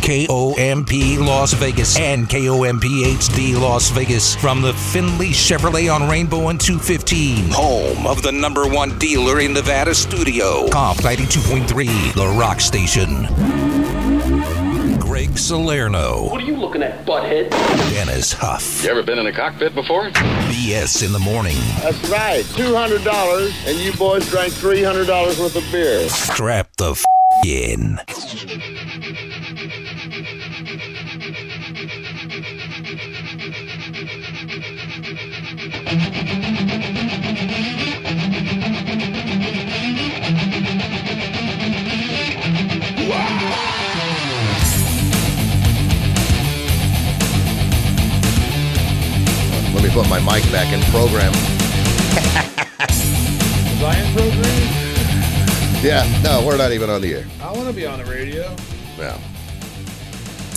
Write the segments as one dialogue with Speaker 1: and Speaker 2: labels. Speaker 1: KOMP Las Vegas and KOMP HD Las Vegas from the Finley Chevrolet on Rainbow and 215, home of the number one dealer in Nevada studio. Comp 92.3, The Rock Station. Greg Salerno,
Speaker 2: What are you looking at, butthead?
Speaker 1: Dennis Huff.
Speaker 3: You ever been in a cockpit before?
Speaker 1: BS in the morning.
Speaker 4: That's right. $200, and you boys drank $300 worth of beer.
Speaker 1: Strap the f- in.
Speaker 5: Let me put my mic back in program.
Speaker 6: Zion program?
Speaker 5: Yeah, no, we're not even on the air.
Speaker 6: I want to be on the radio.
Speaker 5: No.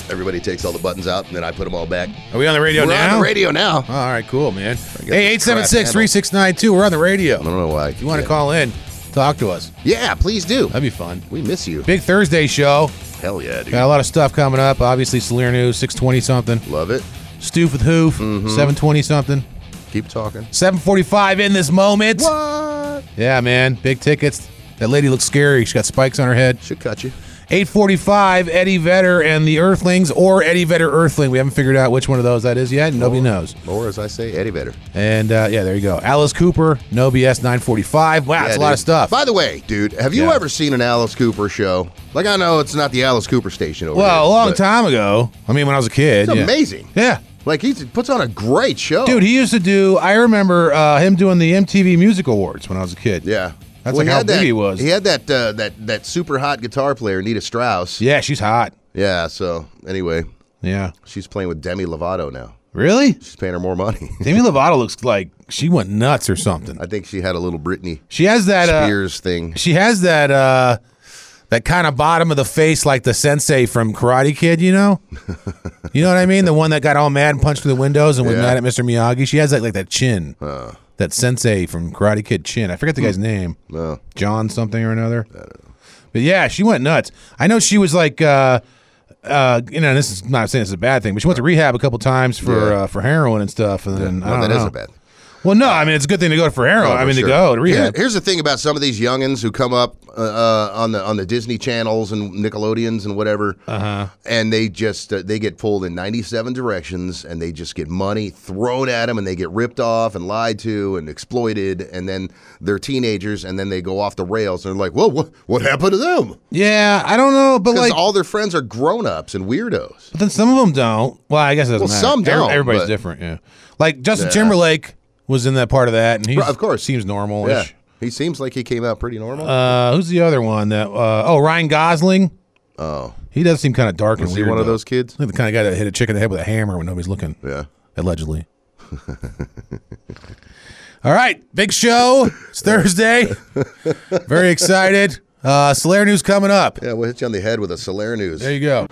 Speaker 5: Everybody takes all the buttons out, and then I put them all back.
Speaker 6: Are we on the radio
Speaker 5: we're
Speaker 6: now?
Speaker 5: on the radio now.
Speaker 6: All right, cool, man.
Speaker 5: this
Speaker 6: Hey,
Speaker 5: crap
Speaker 6: 876 3692. We're on the radio.
Speaker 5: I don't know why.
Speaker 6: If you want to call in, talk to us.
Speaker 5: Yeah, please do.
Speaker 6: That'd be fun.
Speaker 5: we miss you.
Speaker 6: Big Thursday show.
Speaker 5: Hell yeah, dude.
Speaker 6: Got a lot of stuff coming up. Obviously, Salerno, 620 something.
Speaker 5: Love it.
Speaker 6: Stoof with Hoof,
Speaker 5: Mm-hmm.
Speaker 6: 720 something.
Speaker 5: Keep talking.
Speaker 6: 745 in this moment.
Speaker 5: What?
Speaker 6: Yeah, man. Big tickets. That lady looks scary. She's got spikes on her head.
Speaker 5: Should cut you.
Speaker 6: 845, Eddie Vedder and the Earthlings, or Eddie Vedder Earthling. We haven't figured out which one of those that is yet. and
Speaker 5: Oh.
Speaker 6: Nobody knows.
Speaker 5: Or as I say, Eddie Vedder.
Speaker 6: And uh, yeah, there you go. Alice Cooper, No BS 945. Wow, that's
Speaker 5: Yeah,
Speaker 6: a lot
Speaker 5: dude.
Speaker 6: of stuff.
Speaker 5: By the way, dude, have you
Speaker 6: Yeah.
Speaker 5: ever seen an Alice Cooper show? Like, I know it's not the Alice Cooper station over
Speaker 6: well, a
Speaker 5: here,
Speaker 6: long
Speaker 5: but
Speaker 6: time ago. I mean, when I was a kid.
Speaker 5: It's
Speaker 6: yeah.
Speaker 5: amazing.
Speaker 6: Yeah.
Speaker 5: Like, he puts on a great show.
Speaker 6: Dude, he used to do, I remember uh, him doing the MTV Music Awards when I was a kid.
Speaker 5: Yeah.
Speaker 6: That's
Speaker 5: Well,
Speaker 6: like how
Speaker 5: had
Speaker 6: big
Speaker 5: that,
Speaker 6: he was.
Speaker 5: He had that uh, that that super hot guitar player, Nita Strauss.
Speaker 6: Yeah, she's hot.
Speaker 5: Yeah, so anyway,
Speaker 6: Yeah.
Speaker 5: she's playing with Demi Lovato now.
Speaker 6: Really?
Speaker 5: She's paying her more money.
Speaker 6: Demi Lovato looks like she went nuts or something.
Speaker 5: I think she had a little Britney
Speaker 6: She has that uh,
Speaker 5: Spears thing.
Speaker 6: She has that uh that kind of bottom of the face like the sensei from Karate Kid, you know? you know what I mean? The one that got all mad and punched through the windows and was
Speaker 5: Yeah. Uh.
Speaker 6: mad at Mr. Miyagi. She has that like that chin. That sensei from Karate Kid chin. I forget the guy's name.
Speaker 5: No.
Speaker 6: John something or another. But yeah, she went nuts. I know she was like uh uh, you know, this is not saying this is a bad thing, but she went to rehab a couple times for
Speaker 5: Yeah.
Speaker 6: uh, for heroin and stuff. And then I
Speaker 5: Well,
Speaker 6: don't
Speaker 5: that is
Speaker 6: know.
Speaker 5: a bad thing.
Speaker 6: Well, no, I mean it's a good thing to go for heroin.
Speaker 5: Oh,
Speaker 6: I
Speaker 5: for
Speaker 6: mean
Speaker 5: sure.
Speaker 6: to go to
Speaker 5: Here-
Speaker 6: rehab.
Speaker 5: here's the thing about some of these youngins who come up uh, uh, on the on the Disney channels and Nickelodeons and whatever, uh-huh. and they just uh, they get pulled in 97 directions, and they just get money thrown at them, and they get ripped off and lied to and exploited, and then they're teenagers, and then they go off the rails, and they're like, "Well, what what happened to them?"
Speaker 6: Yeah, I don't know, but
Speaker 5: Because
Speaker 6: like
Speaker 5: all their friends are grown ups and weirdos.
Speaker 6: But then some of them don't. Well, I guess it doesn't
Speaker 5: Well,
Speaker 6: matter.
Speaker 5: some
Speaker 6: Every-
Speaker 5: don't,
Speaker 6: Everybody's
Speaker 5: but-
Speaker 6: different. Yeah, like Justin
Speaker 5: Yeah.
Speaker 6: Timberlake was in that part of that, and he
Speaker 5: Right, of course.
Speaker 6: seems normal.
Speaker 5: Yeah,
Speaker 6: ish
Speaker 5: he seems like he came out pretty normal.
Speaker 6: Uh, who's the other one that? Uh, oh, Ryan Gosling.
Speaker 5: oh,
Speaker 6: He does seem kind of dark
Speaker 5: was
Speaker 6: and
Speaker 5: he
Speaker 6: weird.
Speaker 5: one of
Speaker 6: though.
Speaker 5: those kids?
Speaker 6: Like the kind of guy that hit a chick in the head with a hammer when nobody's looking.
Speaker 5: Yeah.
Speaker 6: Allegedly. All right, big show. It's Thursday. Very excited. Uh, Solaire news coming up.
Speaker 5: Yeah, we'll hit you on the head with a Solaire News.
Speaker 6: There you go.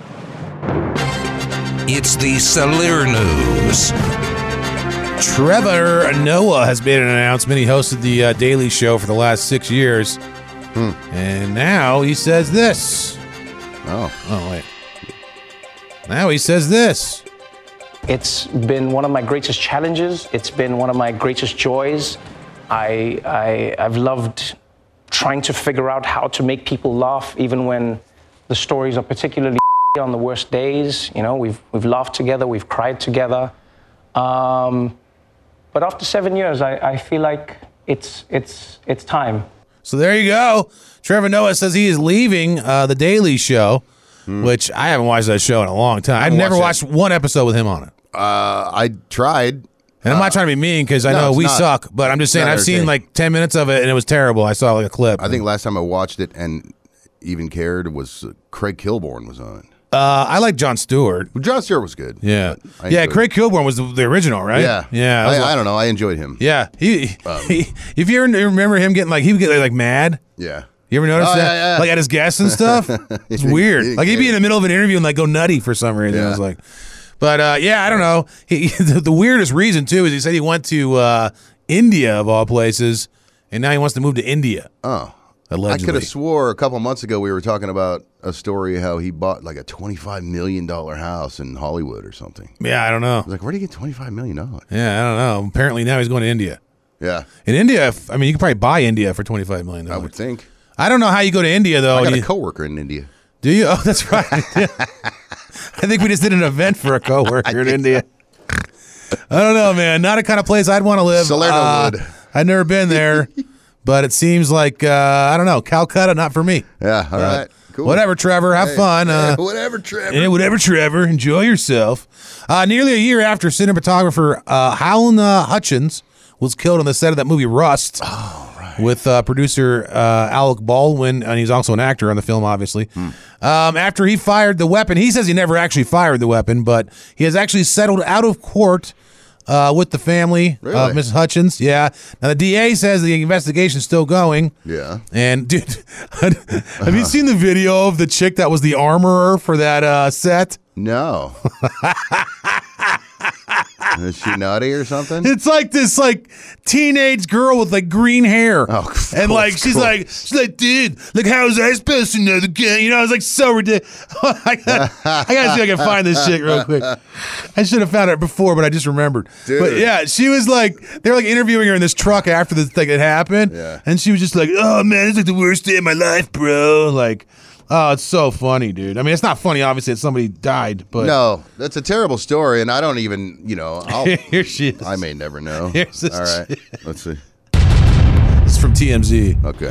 Speaker 1: It's the Salir News.
Speaker 6: Trevor Noah has made an announcement. He hosted the uh, Daily Show for the last six years.
Speaker 5: Hmm.
Speaker 6: And now he says this.
Speaker 5: oh,
Speaker 6: Oh, wait. Now he says this.
Speaker 2: It's been one of my greatest challenges. It's been one of my greatest joys. I, I, I've loved trying to figure out how to make people laugh, even when the stories are particularly on the worst days. You know, we've, we've laughed together, we've cried together. Um, but after seven years, I, I feel like it's, it's, it's time.
Speaker 6: So there you go. Trevor Noah says he is leaving uh, the Daily Show, which I haven't watched that show in a long time. I've never
Speaker 5: Hmm. watched
Speaker 6: watched one episode with him on it.
Speaker 5: uh, I tried.
Speaker 6: And I'm not trying to be mean because I
Speaker 5: Uh, no,
Speaker 6: know
Speaker 5: it's
Speaker 6: we
Speaker 5: not.
Speaker 6: suck, but I'm just saying
Speaker 5: not
Speaker 6: I've seen
Speaker 5: entertaining.
Speaker 6: like 10 minutes of it and it was terrible. I saw like a clip.
Speaker 5: I think last time I watched it and even cared was uh, Craig Kilborn was on.
Speaker 6: uh, I like John Stewart.
Speaker 5: Well, John Stewart was good.
Speaker 6: Yeah,
Speaker 5: I
Speaker 6: yeah.
Speaker 5: enjoyed
Speaker 6: Craig Kilborn was the, the original, right?
Speaker 5: Yeah,
Speaker 6: yeah. I
Speaker 5: I,
Speaker 6: was
Speaker 5: I Um,
Speaker 6: like-
Speaker 5: don't know. I enjoyed him.
Speaker 6: yeah, he, he- If you ever remember him getting like, he would get like mad.
Speaker 5: Yeah.
Speaker 6: You ever notice
Speaker 5: Oh,
Speaker 6: that?
Speaker 5: yeah, yeah.
Speaker 6: Like at his guests and stuff. It's
Speaker 5: He
Speaker 6: weird. Like he'd be
Speaker 5: did.
Speaker 6: in the middle of an interview and like go nutty for some reason. I
Speaker 5: Yeah.
Speaker 6: was like, but uh, yeah, I don't know. He, the, the weirdest reason too is he said he went to uh, India of all places, and now he wants to move to India.
Speaker 5: Oh, I could
Speaker 6: Allegedly.
Speaker 5: have swore a couple months ago we were talking about a story how he bought like a twenty-five million dollar house in Hollywood or something. I
Speaker 6: yeah, I don't know.
Speaker 5: was like, where do you get twenty-five million dollars?
Speaker 6: Yeah, I don't know. Apparently now he's going to India.
Speaker 5: Yeah,
Speaker 6: In India, if- I mean, you could probably buy India for twenty five million.
Speaker 5: I would think.
Speaker 6: I don't know how you go to India though.
Speaker 5: I got
Speaker 6: Oh, Do
Speaker 5: a
Speaker 6: you-
Speaker 5: coworker in India.
Speaker 6: Do you? Oh, that's right. I think we just did an event for a coworker in India. I don't know, man. Not a kind of place I'd want to live.
Speaker 5: Salerno
Speaker 6: Uh,
Speaker 5: would.
Speaker 6: I've never been there, but it seems like uh, I don't know Calcutta. Not for me.
Speaker 5: Yeah, all
Speaker 6: But
Speaker 5: right, cool.
Speaker 6: Whatever, Trevor. Have
Speaker 5: Hey,
Speaker 6: fun.
Speaker 5: hey,
Speaker 6: uh,
Speaker 5: whatever, Trevor.
Speaker 6: yeah, whatever, Trevor. Enjoy yourself. Uh, nearly a year after cinematographer uh, Howlin uh, Hutchins was killed on the set of that movie Rust. With uh, producer uh, Alec Baldwin, and he's also an actor on the film, obviously. Um, after he fired the weapon, he says he never actually fired the weapon, but he has actually settled out of court uh, with the family
Speaker 5: Really?
Speaker 6: of Miss Hutchins. Yeah. Now the DA says the investigation's still going.
Speaker 5: Yeah.
Speaker 6: And dude, have you seen the video of the chick that was the armorer for that uh, set?
Speaker 5: No. Is she nutty or something?
Speaker 6: It's like this like teenage girl with like green hair.
Speaker 5: Oh, of
Speaker 6: and like
Speaker 5: course,
Speaker 6: she's
Speaker 5: course.
Speaker 6: like she's like, dude, like how was I supposed to know the guy? You know, I was like so ridiculous. I, gotta, I gotta see if I can find this shit real quick. I should have found it before, but I just remembered. But
Speaker 5: Dude.
Speaker 6: yeah, she was like they were like interviewing her in this truck after this thing had happened.
Speaker 5: Yeah.
Speaker 6: And she was just like, Oh man, it's like the worst day of my life, bro. Like Oh, it's so funny, dude. I mean, it's not funny, obviously, that somebody died, but
Speaker 5: No, that's a terrible story, and I don't even, you know, I'll,
Speaker 6: here she is.
Speaker 5: I may never know.
Speaker 6: Here's this
Speaker 5: All right, let's see.
Speaker 6: It's from TMZ.
Speaker 5: Okay,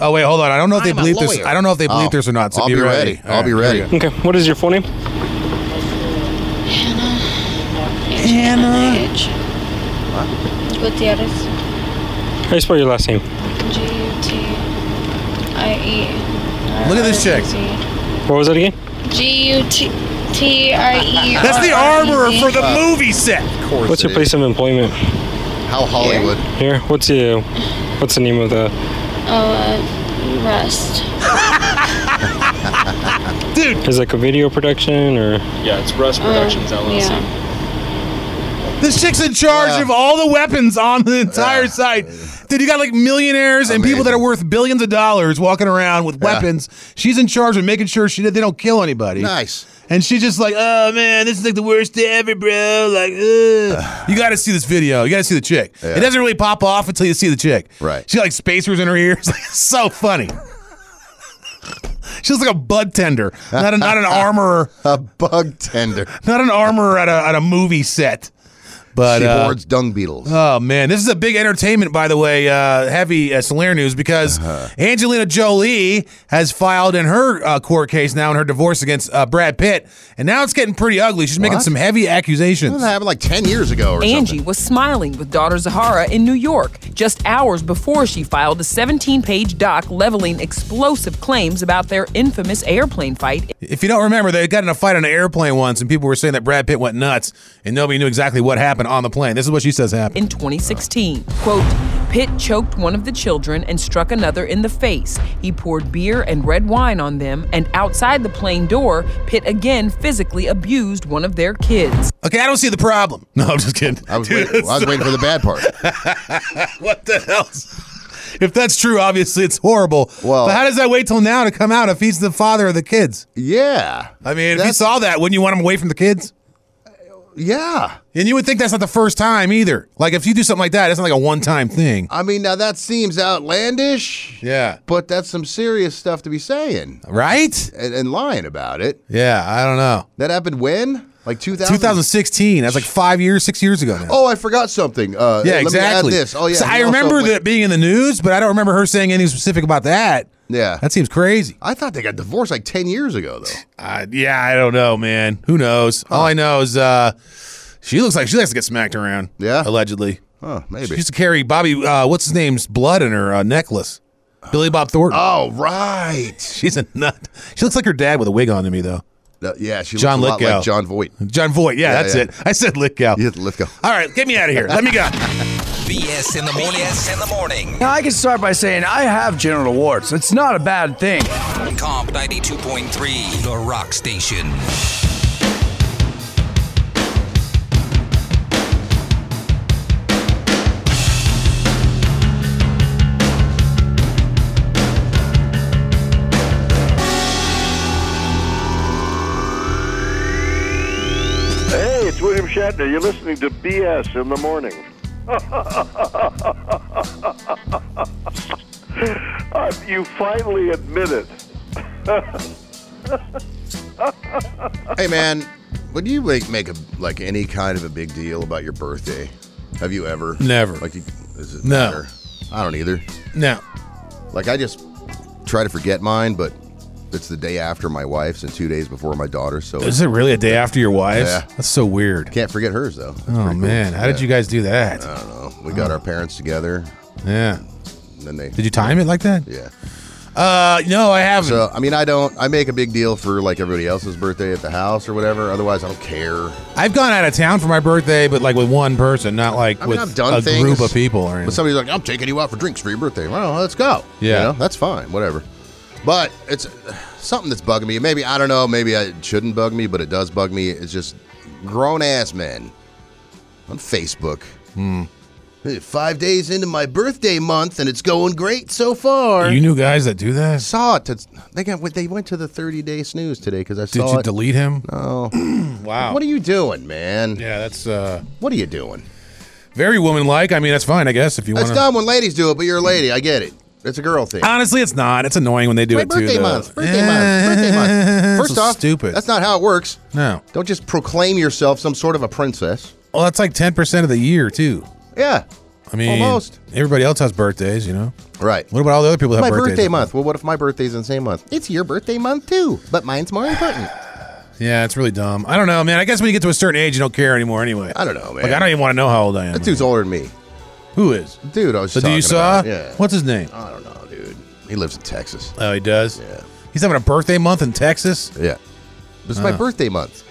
Speaker 6: Oh wait, hold on. I don't know if they
Speaker 5: I'm a
Speaker 6: bleep this.
Speaker 5: lawyer.
Speaker 6: I don't know if they bleep
Speaker 5: Oh,
Speaker 6: this or not. So
Speaker 5: I'll
Speaker 6: be,
Speaker 5: be
Speaker 6: ready.
Speaker 5: ready.
Speaker 6: All
Speaker 5: I'll be
Speaker 6: here we
Speaker 5: ready.
Speaker 6: go.
Speaker 3: Okay, what is your full name?
Speaker 6: Hannah.
Speaker 7: H. Gutierrez.
Speaker 3: How do you spell your last name?
Speaker 7: G U T I E.
Speaker 6: Look at this chick.
Speaker 3: What was that again?
Speaker 7: G U T T I E.
Speaker 6: That's the armorer for the movie set.
Speaker 5: Uh, of course.
Speaker 3: What's
Speaker 5: it
Speaker 3: your place
Speaker 5: is.
Speaker 3: of employment?
Speaker 5: How Hollywood?
Speaker 3: Here. What's the What's the name of the?
Speaker 7: Oh, uh, Rust.
Speaker 3: Is it like a video production or?
Speaker 8: Yeah, it's Rust Productions LLC.
Speaker 7: Yeah.
Speaker 6: This chick's in charge
Speaker 5: Yeah.
Speaker 6: of all the weapons on the entire
Speaker 5: Yeah.
Speaker 6: site. Dude, you got like millionaires and people that are
Speaker 5: Amazing.
Speaker 6: worth billions of dollars walking around with
Speaker 5: Yeah.
Speaker 6: weapons. She's in charge of making sure she they don't kill anybody.
Speaker 5: Nice.
Speaker 6: And she's just like, oh man, this is like the worst day ever, bro. Like, ugh. you got to see this video. You got to see the chick. It doesn't really pop off until you see the chick.
Speaker 5: Right.
Speaker 6: She got like spacers in her ears. It's so funny. She looks like a bud tender, not an not an armorer,
Speaker 5: A bug tender.
Speaker 6: not an armorer at a at a movie set. But
Speaker 5: she
Speaker 6: uh,
Speaker 5: boards dung beetles.
Speaker 6: Oh man, this is a big entertainment, by the way. Uh, heavy uh, Soler news because
Speaker 5: Uh-huh.
Speaker 6: Angelina Jolie has filed in her uh, court case now in her divorce against uh, Brad Pitt, and now it's getting pretty ugly. She's making
Speaker 5: What?
Speaker 6: some heavy accusations.
Speaker 5: that happened like ten years ago or
Speaker 9: Angie
Speaker 5: something.
Speaker 9: was smiling with daughter Zahara in New York just hours before she filed a 17 page doc leveling explosive claims about their infamous airplane fight.
Speaker 6: If you don't remember, they got in a fight on an airplane once, and people were saying that Brad Pitt went nuts, and nobody knew exactly what happened on the plane. This is what she says happened.
Speaker 9: in 2016. Quote, Pitt choked one of the children and struck another in the face. He poured beer and red wine on them, and outside the plane door, Pitt again physically abused one of their kids.
Speaker 6: Okay, I don't see the problem. No, I'm just kidding.
Speaker 5: I was,
Speaker 6: Dude,
Speaker 5: waiting, I was waiting for the bad part.
Speaker 6: what the hell? If that's true, obviously it's horrible.
Speaker 5: Well-
Speaker 6: but how does that wait till now to come out if he's the father of the kids?
Speaker 5: Yeah,
Speaker 6: I mean, if you
Speaker 5: That's-
Speaker 6: saw that, wouldn't you want him away from the kids?
Speaker 5: yeah.
Speaker 6: And you would think that's not the first time either. Like if you do something like that, it's not like a one-time thing.
Speaker 5: I mean, now that seems outlandish.
Speaker 6: Yeah.
Speaker 5: but that's some serious stuff to be saying
Speaker 6: Right?
Speaker 5: and, and lying about it.
Speaker 6: Yeah, I don't know.
Speaker 5: That happened when? Like 2000?
Speaker 6: 2016. That's like five years, six years ago now.
Speaker 5: Oh, I forgot something. Uh, let
Speaker 6: yeah,
Speaker 5: me add
Speaker 6: exactly.
Speaker 5: this. Oh, yeah.
Speaker 6: So I
Speaker 5: he also
Speaker 6: remember
Speaker 5: went-
Speaker 6: that being in the news, but I don't remember her saying anything specific about that.
Speaker 5: Yeah.
Speaker 6: That seems crazy.
Speaker 5: I thought they got divorced like 10 years ago, though.
Speaker 6: Uh, yeah, I don't know, man. Who knows? All I know is uh, she looks like she likes to get smacked around.
Speaker 5: Yeah?
Speaker 6: allegedly.
Speaker 5: Oh,
Speaker 6: She
Speaker 5: maybe.
Speaker 6: used to carry Bobby. Uh, what's his name's blood in her uh, necklace? Billy Bob Thornton.
Speaker 5: Oh, right.
Speaker 6: She's a nut. She looks like her dad with a wig on to me though.
Speaker 5: Uh, yeah, she
Speaker 6: John
Speaker 5: looks a lot
Speaker 6: Lithgow.
Speaker 5: like John Voight.
Speaker 6: John Voight. Yeah,
Speaker 5: Yeah,
Speaker 6: that's
Speaker 5: yeah.
Speaker 6: it. I said Lithgow.
Speaker 5: Yeah, Lithgow.
Speaker 6: All right, get me out of here. Let me go.
Speaker 1: BS in the morning. BS in the morning.
Speaker 10: Now, I can start by saying I have genital warts. It's not a bad thing.
Speaker 1: Comp 92.3, The Rock Station.
Speaker 4: Shatner. You're listening to BS in the morning. Uh, you finally admit it.
Speaker 5: hey man, would you like make a like any kind of a big deal about your birthday? Have you ever?
Speaker 6: Never.
Speaker 5: Like, you- does it
Speaker 6: No.
Speaker 5: matter? I don't either.
Speaker 6: No.
Speaker 5: Like I just try to forget mine, but it's the day after my wife's and two days before my daughter's. So
Speaker 6: Is it really a day after your wife's?
Speaker 5: Yeah.
Speaker 6: That's so weird.
Speaker 5: Can't forget hers though. That's
Speaker 6: oh
Speaker 5: pretty cool.
Speaker 6: man, how did
Speaker 5: Yeah.
Speaker 6: you guys do that?
Speaker 5: I don't know. We got our parents together.
Speaker 6: Yeah.
Speaker 5: And then they
Speaker 6: Did you time it like that?
Speaker 5: Yeah.
Speaker 6: Uh, no, I haven't.
Speaker 5: So I mean, I don't. I make a big deal for like everybody else's birthday at the house or whatever. Otherwise, I don't care.
Speaker 6: I've gone out of town for my birthday, but like with one person, not like
Speaker 5: I mean,
Speaker 6: with
Speaker 5: I've done
Speaker 6: a
Speaker 5: things,
Speaker 6: group of people or
Speaker 5: But
Speaker 6: anything.
Speaker 5: somebody's like, I'm taking you out for drinks for your birthday. Well, let's go.
Speaker 6: Yeah.
Speaker 5: You know, that's fine. Whatever. But it's something that's bugging me. Maybe, I don't know, maybe it shouldn't bug me, but it does bug me. It's just grown ass men on Facebook.
Speaker 6: Hmm.
Speaker 5: "Hey, Five days into my birthday month and it's going great so far.
Speaker 6: You knew guys that do that?
Speaker 5: saw it. It's- They got they went to the 30 day snooze today because I
Speaker 6: Did
Speaker 5: saw
Speaker 6: you
Speaker 5: it.
Speaker 6: delete him?
Speaker 5: oh,
Speaker 6: Wow.
Speaker 5: what are you doing, man?
Speaker 6: yeah, that's uh,
Speaker 5: What are you doing?
Speaker 6: very woman-like. I mean, that's fine, I guess, if you want
Speaker 5: That's
Speaker 6: to.
Speaker 5: dumb when ladies do it, but you're a lady. I get it. It's a girl thing.
Speaker 6: Honestly, it's not. It's annoying when they do
Speaker 5: My
Speaker 6: it too.
Speaker 5: birthday
Speaker 6: though.
Speaker 5: month. Birthday month. Birthday
Speaker 6: Yeah,
Speaker 5: month. First
Speaker 6: so
Speaker 5: off,
Speaker 6: stupid.
Speaker 5: That's not how it works.
Speaker 6: no.
Speaker 5: Don't just proclaim yourself some sort of a princess.
Speaker 6: Well, that's like ten percent of the year too.
Speaker 5: Yeah.
Speaker 6: I mean,
Speaker 5: Almost.
Speaker 6: everybody else has birthdays, you know.
Speaker 5: Right.
Speaker 6: What about all the other people that
Speaker 5: my
Speaker 6: have birthdays?
Speaker 5: birthday month. Well, what if my birthday's in the same month? It's your birthday month too, but mine's more important.
Speaker 6: Yeah, it's really dumb. I don't know, man. I guess when you get to a certain age, you don't care anymore anyway.
Speaker 5: I don't know, man.
Speaker 6: Like, I don't even want to know how old I am.
Speaker 5: That dude's older than me.
Speaker 6: Who is?
Speaker 5: Dude, I was
Speaker 6: The
Speaker 5: just
Speaker 6: dude
Speaker 5: talking
Speaker 6: you saw?
Speaker 5: about- Yeah.
Speaker 6: What's his name?
Speaker 5: I don't know, dude. He lives in Texas.
Speaker 6: Oh, he does?
Speaker 5: Yeah.
Speaker 6: He's having a birthday month in Texas?
Speaker 5: Yeah. It's my birthday month.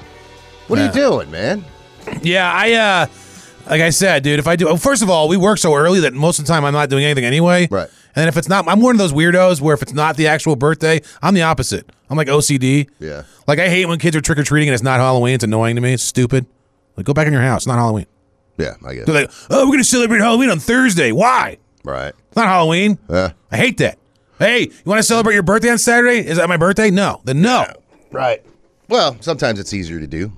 Speaker 5: What are
Speaker 6: Yeah.
Speaker 5: you doing, man?
Speaker 6: Yeah, I, uh, like I said, dude, if I do, oh, first of all, we work so early that most of the time I'm not doing anything anyway.
Speaker 5: Right.
Speaker 6: And then if it's not, I'm one of those weirdos where if it's not the actual birthday, I'm the opposite. I'm like OCD.
Speaker 5: Yeah.
Speaker 6: Like, I hate when kids are trick or treating and it's not Halloween. It's annoying to me. It's stupid. Like, go back in your house. It's not Halloween.
Speaker 5: Yeah, I get it.
Speaker 6: They're like, oh, we're going to celebrate Halloween on Thursday. Why?
Speaker 5: Right.
Speaker 6: It's not Halloween.
Speaker 5: Yeah.
Speaker 6: I hate that. Hey, you want to celebrate your birthday on Saturday? Is that my birthday? No. Then no.
Speaker 5: Right. Well, sometimes it's easier to do.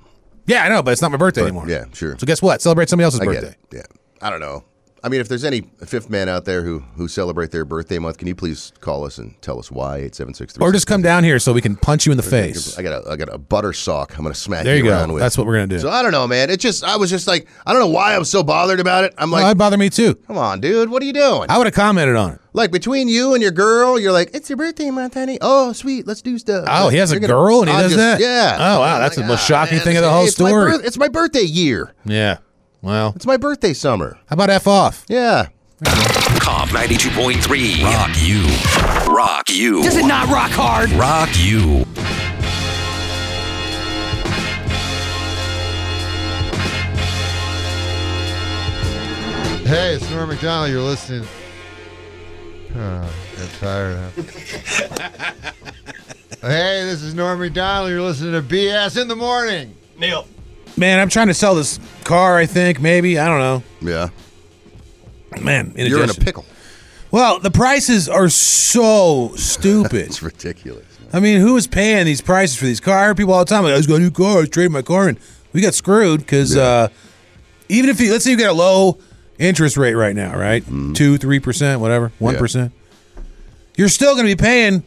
Speaker 6: Yeah, I know, but it's not my birthday anymore.
Speaker 5: yeah, sure.
Speaker 6: So guess what? Celebrate somebody else's
Speaker 5: I
Speaker 6: birthday.
Speaker 5: get it. Yeah. I don't know. I mean, if there's any fifth man out there who who celebrate their birthday month, can you please call us and tell us why? Eight seven six three.
Speaker 6: Or just come down here so we can punch you in the face.
Speaker 5: I got a I got a butter sock. I'm gonna smack
Speaker 6: There you
Speaker 5: around
Speaker 6: go.
Speaker 5: with.
Speaker 6: That's what we're gonna do.
Speaker 5: So I don't know, man. It just I was just like I don't know why I'm so bothered about it. I'm
Speaker 6: Well,
Speaker 5: like,
Speaker 6: that'd bother me too.
Speaker 5: come on, dude, what are you doing?
Speaker 6: I would have commented on it.
Speaker 5: like between you and your girl, you're like, it's your birthday month, honey. Oh, sweet, let's do stuff.
Speaker 6: Oh, he has a
Speaker 5: You're gonna-
Speaker 6: girl and he
Speaker 5: I'm
Speaker 6: does
Speaker 5: just-
Speaker 6: that?
Speaker 5: Yeah.
Speaker 6: Oh, wow,
Speaker 5: I'm
Speaker 6: that's the most
Speaker 5: "Ah,
Speaker 6: shocking
Speaker 5: man,
Speaker 6: thing of the whole
Speaker 5: it's my
Speaker 6: story."
Speaker 5: birth- it's my birthday year.
Speaker 6: Yeah. Well,
Speaker 5: It's my birthday summer.
Speaker 6: how about F off?
Speaker 5: Yeah.
Speaker 1: Comp 92.3. Rock you. Rock you. Does it not rock hard? Rock you.
Speaker 11: Hey, it's Norm McDonald. You're listening. Oh, I'm tired. Huh? hey, this is Norm McDonald. You're listening to BS in the morning.
Speaker 6: Man, I'm trying to sell this car, I think, maybe. I don't know.
Speaker 5: Yeah.
Speaker 6: Man, in
Speaker 5: You're in a
Speaker 6: addition-
Speaker 5: pickle.
Speaker 6: Well, the prices are so stupid.
Speaker 5: It's ridiculous.
Speaker 6: I mean, who is paying these prices for these cars? I hear people all the time like, I just got a new car, I just traded my car in. We got screwed because uh, even if you, let's say you get a low interest rate right now, right?
Speaker 5: Mm-hmm.
Speaker 6: Two, three percent, whatever, one you're still going to be paying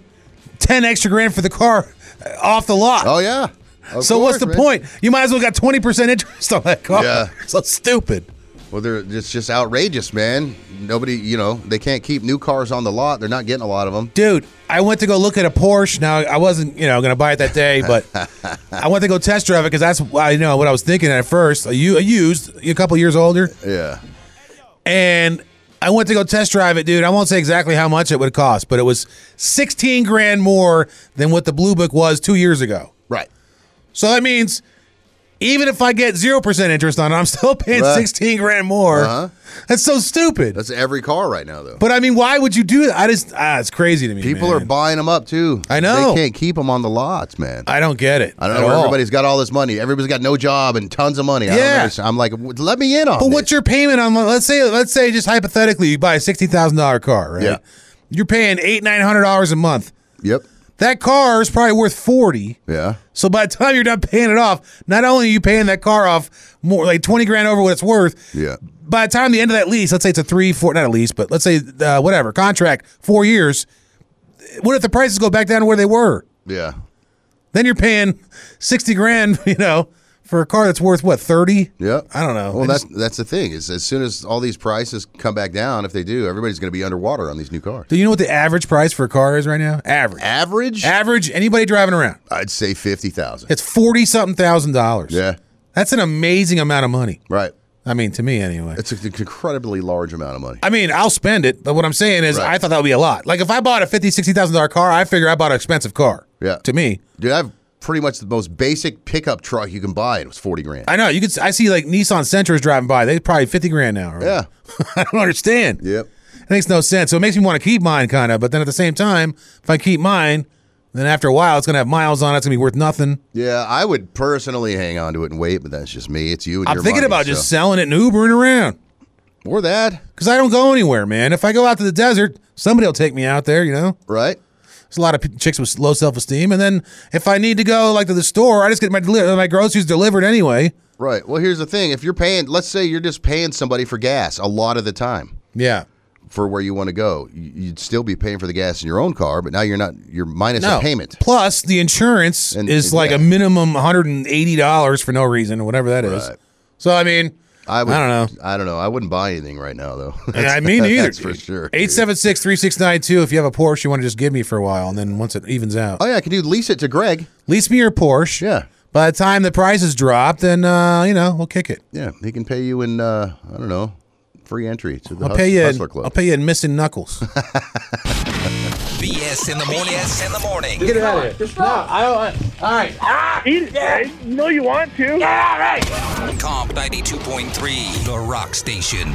Speaker 6: ten extra grand for the car uh, off the lot.
Speaker 5: Oh yeah. Of
Speaker 6: so what's
Speaker 5: course,
Speaker 6: the
Speaker 5: man.
Speaker 6: point? You might as well got twenty percent interest on that car.
Speaker 5: Yeah.
Speaker 6: so stupid.
Speaker 5: Well, they're it's just outrageous, man. Nobody, you know, they can't keep new cars on the lot. They're not getting a lot of them.
Speaker 6: dude i went to go look at a porsche now i wasn't you know gonna buy it that day but i went to go test drive it because that's i know what i was thinking at first a, u- a used a couple years older
Speaker 5: Yeah.
Speaker 6: and i went to go test drive it dude i won't say exactly how much it would cost but it was 16 grand more than what the blue book was two years ago
Speaker 5: Right.
Speaker 6: so that means even if i get 0% interest on it i'm still paying
Speaker 5: Right.
Speaker 6: 16 grand more
Speaker 5: Uh-huh.
Speaker 6: that's so stupid
Speaker 5: That's every car right now, though.
Speaker 6: but i mean why would you do that i just ah, it's crazy to me
Speaker 5: People
Speaker 6: man.
Speaker 5: are buying them up too.
Speaker 6: I know.
Speaker 5: They can't keep them on the lots, man. I,
Speaker 6: i don't get it
Speaker 5: don't
Speaker 6: at
Speaker 5: know. Where
Speaker 6: all.
Speaker 5: everybody's got all this money. Everybody's got no job and tons of money. I don't
Speaker 6: Yeah.
Speaker 5: understand. I'm like, w- let me in on.
Speaker 6: But
Speaker 5: this.
Speaker 6: what's your payment on? Let's say, let's say, just hypothetically, you buy a sixty thousand dollar car, right?
Speaker 5: Yeah.
Speaker 6: You're paying eight nine hundred dollars a month.
Speaker 5: Yep.
Speaker 6: That car is probably worth forty.
Speaker 5: Yeah.
Speaker 6: So by the time you're done paying it off, not only are you paying that car off more like twenty grand over what it's worth.
Speaker 5: Yeah.
Speaker 6: By the time the end of that lease, let's say it's a three, four, not a lease, but let's say uh, whatever contract, four years. What if the prices go back down to where they were?
Speaker 5: Yeah.
Speaker 6: Then you're paying sixty grand, you know, for a car that's worth what thirty.
Speaker 5: Yep.
Speaker 6: I don't know.
Speaker 5: Well,
Speaker 6: I
Speaker 5: that's that's the thing is as soon as all these prices come back down, if they do, everybody's going to be underwater on these new cars.
Speaker 6: Do you know what the average price for a car is right now? Average.
Speaker 5: Average.
Speaker 6: Average. Anybody driving around?
Speaker 5: I'd say fifty thousand.
Speaker 6: It's forty something thousand dollars.
Speaker 5: Yeah.
Speaker 6: That's an amazing amount of money.
Speaker 5: Right.
Speaker 6: I mean, to me anyway.
Speaker 5: It's an incredibly large amount of money.
Speaker 6: I mean, I'll spend it, but what I'm saying is, I thought that would be a lot. Like if I bought a fifty, sixty thousand dollar car, I figure I bought an expensive car.
Speaker 5: Yeah.
Speaker 6: To me,
Speaker 5: dude, I have pretty much the most basic pickup truck you can buy. and It was forty grand.
Speaker 6: I know you could. I see like Nissan Sentras driving by; they probably fifty grand now. Right?
Speaker 5: Yeah.
Speaker 6: I don't understand.
Speaker 5: Yep.
Speaker 6: It makes no sense. So it makes me want to keep mine, kind of. But then at the same time, if I keep mine, then after a while, it's gonna have miles on it. It's gonna be worth nothing.
Speaker 5: Yeah, I would personally hang on to it and wait, but that's just me. It's you. And
Speaker 6: I'm
Speaker 5: your
Speaker 6: thinking
Speaker 5: money,
Speaker 6: about
Speaker 5: so-
Speaker 6: just selling it and Ubering around.
Speaker 5: Or that.
Speaker 6: Because I don't go anywhere, man. If I go out to the desert, somebody will take me out there, you know?
Speaker 5: Right.
Speaker 6: There's a lot of p- chicks with low self esteem. And then if I need to go like to the store, I just get my, deli- uh, my groceries delivered anyway.
Speaker 5: Right. Well, here's the thing: if you're paying, let's say you're just paying somebody for gas a lot of the time
Speaker 6: Yeah.
Speaker 5: for where you want to go, you- you'd still be paying for the gas in your own car, but now you're not. You're minus
Speaker 6: no.
Speaker 5: a payment.
Speaker 6: Plus, the insurance
Speaker 5: And-
Speaker 6: is
Speaker 5: and-
Speaker 6: like
Speaker 5: yeah.
Speaker 6: a minimum $180 for no reason, whatever that is.
Speaker 5: Right.
Speaker 6: So, I mean,
Speaker 5: I,
Speaker 6: I don't
Speaker 5: know. I don't know. I wouldn't buy anything right now, though.
Speaker 6: and I mean, either.
Speaker 5: That's for sure. dude.
Speaker 6: 876 3692. If you have a Porsche, you want to just give me for a while. And then once it evens out,
Speaker 5: Oh yeah, I could do lease it to Greg.
Speaker 6: lease me your Porsche.
Speaker 5: Yeah.
Speaker 6: By the time the prices drop, then, uh, you know, we'll kick it.
Speaker 5: Yeah, he can pay you in. Uh, I don't know, free entry to the
Speaker 6: I'll
Speaker 5: Hus-
Speaker 6: pay you.
Speaker 5: Hustler
Speaker 6: In,
Speaker 5: Club.
Speaker 6: I'll pay you in missing knuckles.
Speaker 1: BS in the morning. BS in the morning.
Speaker 6: Get it out of here. I don't want. All right.
Speaker 1: Ah,
Speaker 12: eat it, Greg. You know you want to. Yeah, right.
Speaker 1: Comp 92.3, the rock station.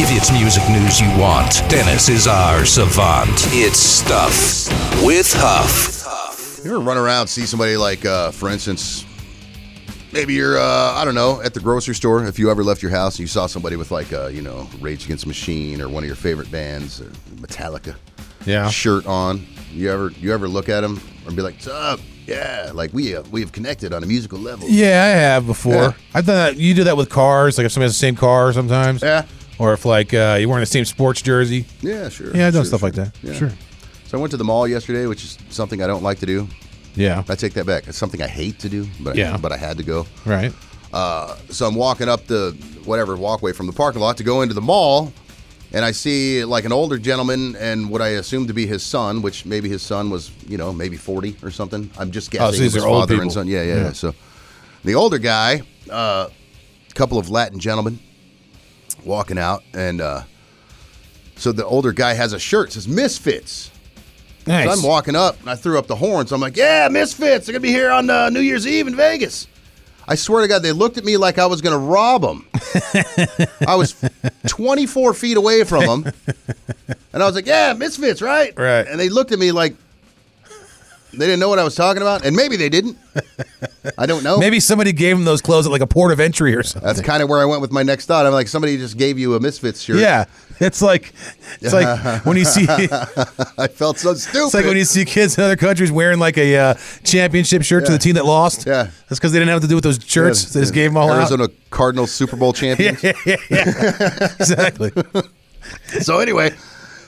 Speaker 1: If it's music news you want, Dennis is our savant. It's Stuff with Huff.
Speaker 5: You ever run around see somebody like, uh, for instance, maybe you're, uh, I don't know, at the grocery store. If you ever left your house and you saw somebody with like, uh, you know, Rage Against the Machine or one of your favorite bands, or Metallica,
Speaker 6: Yeah.
Speaker 5: shirt on. You ever you ever look at them and be like, "What's up? Yeah, like we have, we have connected on a musical level."
Speaker 6: Yeah, I have before.
Speaker 5: Yeah.
Speaker 6: I've done that. You do that with cars. Like if somebody has the same car sometimes.
Speaker 5: Yeah.
Speaker 6: Or if like uh, you're wearing the same sports jersey.
Speaker 5: Yeah, sure.
Speaker 6: Yeah, I've done
Speaker 5: sure,
Speaker 6: stuff like
Speaker 5: sure.
Speaker 6: that.
Speaker 5: Yeah.
Speaker 6: Sure.
Speaker 5: So I went to the mall yesterday, which is something I don't like to do.
Speaker 6: Yeah.
Speaker 5: I take that back. It's something I hate to do, but
Speaker 6: Yeah.
Speaker 5: I, but I had to go.
Speaker 6: Right.
Speaker 5: Uh, so I'm walking up the whatever walkway from the parking lot to go into the mall, and I see like an older gentleman and what I assume to be his son, which maybe his son was, you know, maybe 40 or something. I'm just guessing.
Speaker 6: Oh, so
Speaker 5: it
Speaker 6: these
Speaker 5: was
Speaker 6: are old
Speaker 5: father
Speaker 6: people.
Speaker 5: and son. Yeah, yeah,
Speaker 6: Yeah.
Speaker 5: yeah. So the older guy, a couple of Latin gentlemen walking out, and uh, so the older guy has a shirt that says Misfits. So I'm walking up and I threw up the horns. I'm like, yeah, Misfits, they're going to be here on uh, New Year's Eve in Vegas. I swear to God, they looked at me like I was going to rob them. I was 24 feet away from them. And I was like, yeah, Misfits, right?
Speaker 6: Right.
Speaker 5: And they looked at me like they didn't know what I was talking about. And maybe they didn't. I don't know.
Speaker 6: Maybe somebody gave him those clothes at like a port of entry or something.
Speaker 5: That's kind of where I went with my next thought. I'm like, somebody just gave you a Misfits shirt.
Speaker 6: Yeah. It's like it's like when you see it's
Speaker 5: I felt so stupid.
Speaker 6: like when you see kids in other countries wearing like a uh, championship shirt to the team that lost.
Speaker 5: Yeah.
Speaker 6: That's because they didn't have to do with those shirts. they just gave them all
Speaker 5: Arizona Cardinals Super Bowl champions.
Speaker 6: out. Yeah, yeah, yeah. exactly.
Speaker 5: so anyway,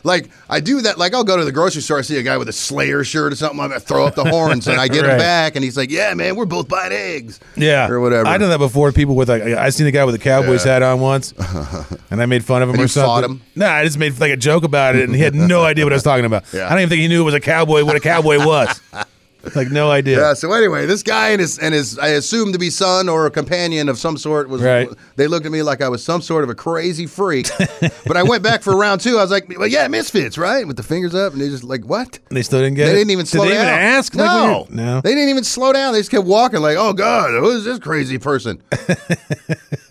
Speaker 5: like I do that. Like I'll go to the grocery store, I see a guy with a Slayer shirt or something. I'm gonna throw up the horns, and I get
Speaker 6: Right.
Speaker 5: him back, and he's like, "Yeah, man, we're both buying eggs."
Speaker 6: Yeah,
Speaker 5: or whatever.
Speaker 6: I done that before. People with like, I seen a guy with a Cowboys
Speaker 5: Yeah.
Speaker 6: hat on once, and I made fun of him
Speaker 5: And
Speaker 6: or
Speaker 5: you
Speaker 6: something.
Speaker 5: fought him?
Speaker 6: No, I just made like a joke about it, and he had no idea what I was talking about.
Speaker 5: Yeah.
Speaker 6: I don't even think he knew it was a cowboy. What a cowboy was, like no idea.
Speaker 5: Yeah. So anyway, this guy and his and his I assume to be son or a companion of some sort was.
Speaker 6: Right.
Speaker 5: They looked at me like I was some sort of a crazy freak. but I went back for round two. I was like, "Well, yeah, misfits, right?" With the fingers up, and they just like, "What?"
Speaker 6: And they still didn't get
Speaker 5: They
Speaker 6: it.
Speaker 5: didn't even
Speaker 6: Did
Speaker 5: slow
Speaker 6: they
Speaker 5: down.
Speaker 6: even ask? Like, when
Speaker 5: No.
Speaker 6: you're- no.
Speaker 5: They didn't even slow down. They just kept walking like, oh God, who is this crazy person?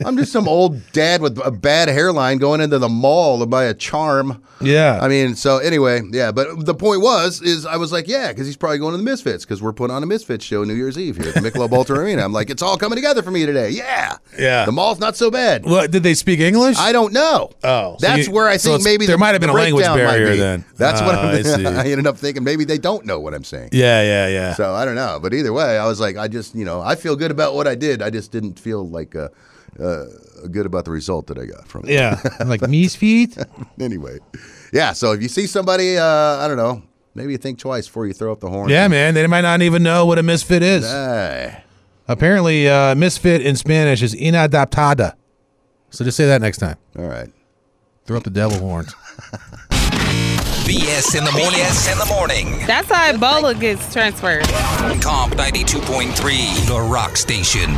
Speaker 5: I'm just some old dad with a bad hairline going into the mall to buy a charm.
Speaker 6: Yeah.
Speaker 5: I mean, so anyway, yeah. But the point was, is I was like, yeah, because he's probably going to the Misfits. Misfits because we're putting on a Misfits show New Year's Eve here at the Michelob Ultra Arena. I'm like, it's all coming together for me today. Yeah.
Speaker 6: Yeah.
Speaker 5: The mall's not so bad.
Speaker 6: What did they speak English?
Speaker 5: I don't know.
Speaker 6: Oh, so
Speaker 5: That's
Speaker 6: you-
Speaker 5: where I
Speaker 6: so
Speaker 5: think
Speaker 6: it's-
Speaker 5: maybe
Speaker 6: there
Speaker 5: the-
Speaker 6: might have been
Speaker 5: the
Speaker 6: a language
Speaker 5: breakdown might
Speaker 6: barrier
Speaker 5: be.
Speaker 6: then.
Speaker 5: That's what
Speaker 6: Ah,
Speaker 5: I'm,
Speaker 6: I see.
Speaker 5: I ended up thinking. Maybe they don't know what I'm saying.
Speaker 6: Yeah, yeah, yeah.
Speaker 5: So I don't know, but either way, I was like, I just you know, I feel good about what I did. I just didn't feel like uh, uh, good about the result that I got from it.
Speaker 6: Yeah, like Misfit.
Speaker 5: anyway, yeah. So if you see somebody, uh, I don't know, maybe you think twice before you throw up the horn.
Speaker 6: Yeah, man. They might not even know what a misfit is.
Speaker 5: Hey.
Speaker 6: Apparently, uh, misfit in Spanish is inadaptada. So just say that next time.
Speaker 5: All right.
Speaker 6: Throw up the devil horns.
Speaker 1: BS in the morning. BS in the morning.
Speaker 13: That's how Ebola gets transferred.
Speaker 1: Comp 92.3, The Rock Station.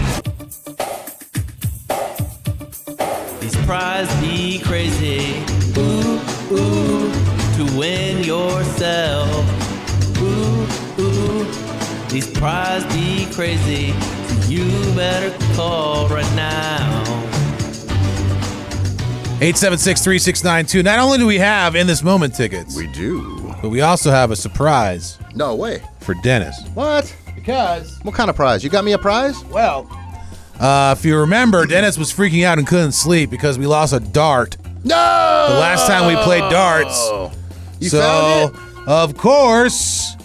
Speaker 14: These prize be crazy. Ooh, ooh, to win yourself. Ooh, ooh, these prize be crazy. So you better call right now.
Speaker 6: 876 3692. Not only do we have in this moment tickets, we
Speaker 5: do,
Speaker 6: but we also have a surprise
Speaker 5: No way.
Speaker 6: for Dennis.
Speaker 5: What?
Speaker 6: Because
Speaker 5: what kind of prize? You got me a prize?
Speaker 6: Well, Uh, if you remember, Dennis was freaking out and couldn't sleep because we lost a dart.
Speaker 5: No! The last
Speaker 6: time we played darts.
Speaker 5: You
Speaker 6: so,
Speaker 5: found
Speaker 6: of course.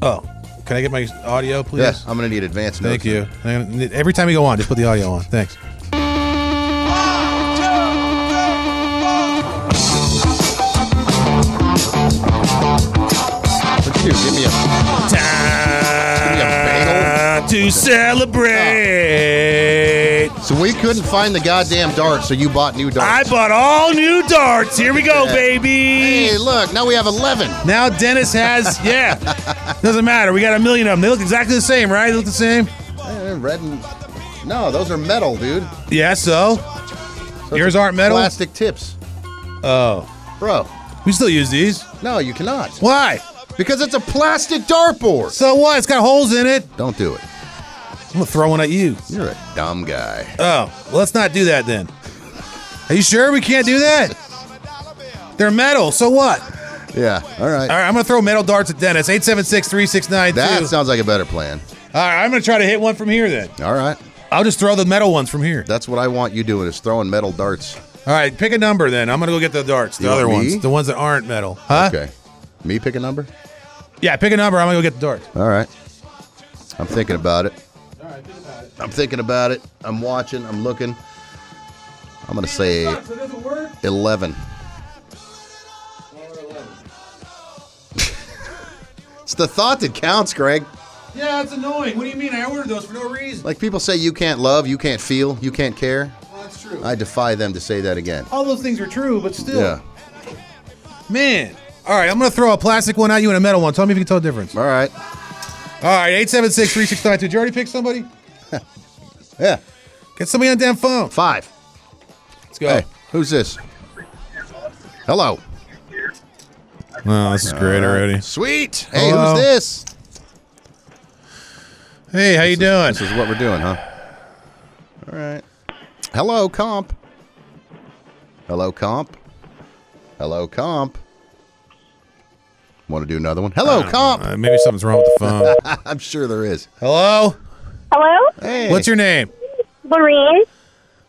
Speaker 6: Oh, can I get my audio, please?
Speaker 5: Yeah, I'm gonna need advanced notes.
Speaker 6: Thank you. I'm gonna- Every time you go on, just put the audio on. Thanks.
Speaker 5: Look at you. Give me a
Speaker 6: time to celebrate.
Speaker 5: So we couldn't find the goddamn darts, so you bought new darts.
Speaker 6: I bought all new darts. Here we go, baby.
Speaker 5: Hey, look, now we have 11.
Speaker 6: Now Dennis has, yeah. Doesn't matter. We got a million of them. They look exactly the same, right? They look the same.
Speaker 5: Eh, Red and no, those are metal, dude.
Speaker 6: Yeah, so. Yours aren't metal?
Speaker 5: Plastic tips,
Speaker 6: Oh.
Speaker 5: bro.
Speaker 6: We still use these.
Speaker 5: No, you cannot.
Speaker 6: Why?
Speaker 5: Because it's a plastic dartboard.
Speaker 6: So what? It's got holes in it.
Speaker 5: Don't do it.
Speaker 6: I'm gonna throw one at you.
Speaker 5: You're a dumb guy.
Speaker 6: Oh, well, let's not do that then. Are you sure we can't do that? They're metal, so what?
Speaker 5: Yeah, all right. All
Speaker 6: right, I'm going to throw metal darts at Dennis. 876 3692.
Speaker 5: That sounds like a better plan.
Speaker 6: All right, I'm going to try to hit one from here then.
Speaker 5: All right.
Speaker 6: I'll just throw the metal ones from here.
Speaker 5: That's what I want you doing is throwing metal darts.
Speaker 6: All right, pick a number then. I'm going to go get the darts, the
Speaker 5: You want
Speaker 6: other
Speaker 5: me?
Speaker 6: ones, the ones that aren't metal. Huh?
Speaker 5: Okay. Me pick a number?
Speaker 6: Yeah, pick a number. I'm going to go get the darts.
Speaker 5: All right. I'm thinking about it. I'm thinking about it. I'm watching. I'm looking. I'm going to say 11. it's the thought that counts, Greg.
Speaker 6: Yeah, that's annoying. What do you mean? I ordered those for no reason.
Speaker 5: Like people say you can't love, you can't feel, you can't care.
Speaker 6: That's true. Oh,
Speaker 5: I defy them to say that again.
Speaker 6: All those things are true, but still.
Speaker 5: Yeah.
Speaker 6: Man. All right, I'm going to throw a plastic one at you and a metal one. Tell me if you can tell the difference.
Speaker 5: All right.
Speaker 6: All right, 876 3692. Did you already pick somebody?
Speaker 5: yeah.
Speaker 6: Get somebody on the damn phone.
Speaker 5: Five.
Speaker 6: Let's go.
Speaker 5: Hey, who's this? Hello.
Speaker 6: Oh, this is great already.
Speaker 5: Sweet. Hey,
Speaker 6: Hello?
Speaker 5: who's this?
Speaker 6: Hey, how you doing?
Speaker 5: This is what we're doing, huh? All right. Hello, comp. Hello, comp. Hello, comp. Want to do another one? Hello, comp.
Speaker 6: Uh, maybe something's wrong with the phone.
Speaker 5: I'm sure there is.
Speaker 6: Hello?
Speaker 15: Hello?
Speaker 5: Hey.
Speaker 6: What's your name?
Speaker 15: Lorene.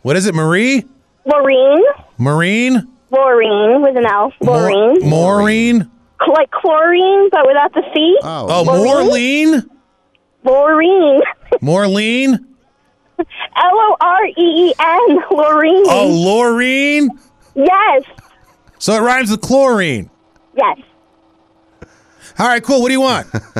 Speaker 6: What is it, Marie?
Speaker 15: Lorene.
Speaker 6: Marine?
Speaker 15: Lorene with an L. Lorene.
Speaker 6: Maureen?
Speaker 15: Cl- like chlorine, but without the C.
Speaker 6: Oh, Maureen?
Speaker 15: Lorene.
Speaker 6: Maureen?
Speaker 15: L O R E E N. Lorene.
Speaker 6: Oh, Laureen?
Speaker 15: Yes.
Speaker 6: So it rhymes with chlorine.
Speaker 15: Yes.
Speaker 6: All right, cool. What do you want?
Speaker 15: Um, what do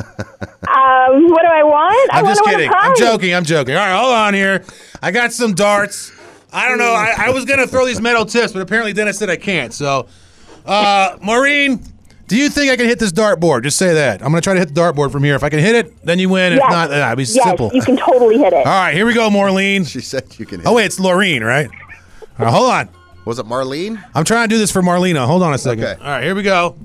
Speaker 15: I want? I
Speaker 6: I'm
Speaker 15: want
Speaker 6: just
Speaker 15: to win
Speaker 6: kidding.
Speaker 15: a prize.
Speaker 6: I'm joking. I'm joking. All right, hold on here. I got some darts. I don't know. I, I was going to throw these metal tips, but apparently Dennis said I can't. So, uh, Maureen, do you think I can hit this dartboard? Just say that. I'm going to try to hit the dartboard from here. If I can hit it, then you win. If
Speaker 15: Yes.
Speaker 6: not, uh, it'll be
Speaker 15: yes,
Speaker 6: simple.
Speaker 15: You can totally hit it.
Speaker 6: All right, here we go, Maureen.
Speaker 5: She said you can hit
Speaker 6: Oh, wait, it's Laureen, right? All right, hold on.
Speaker 5: Was it Marlene?
Speaker 6: I'm trying to do this for Marlena. Hold on a second. All right, here we go.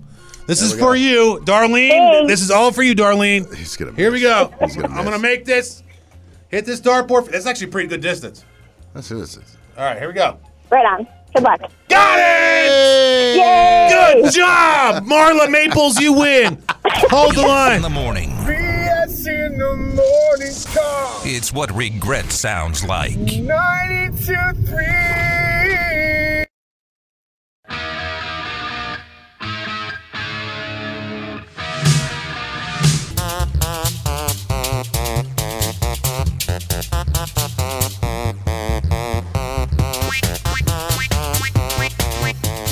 Speaker 6: This is for you, Darlene. This is all for you, Darlene.
Speaker 5: He's gonna
Speaker 6: Here we go.
Speaker 5: gonna
Speaker 6: I'm gonna make this. Hit this dartboard. That's actually a pretty good distance.
Speaker 5: That's who this is.
Speaker 6: All right, here we go.
Speaker 15: Right on. Good luck.
Speaker 16: Got it! Good job, Marla Maples. You win. Hold the line.
Speaker 1: In the morning,
Speaker 12: BS in the morning car.
Speaker 1: it's what regret sounds like.
Speaker 12: 92.3.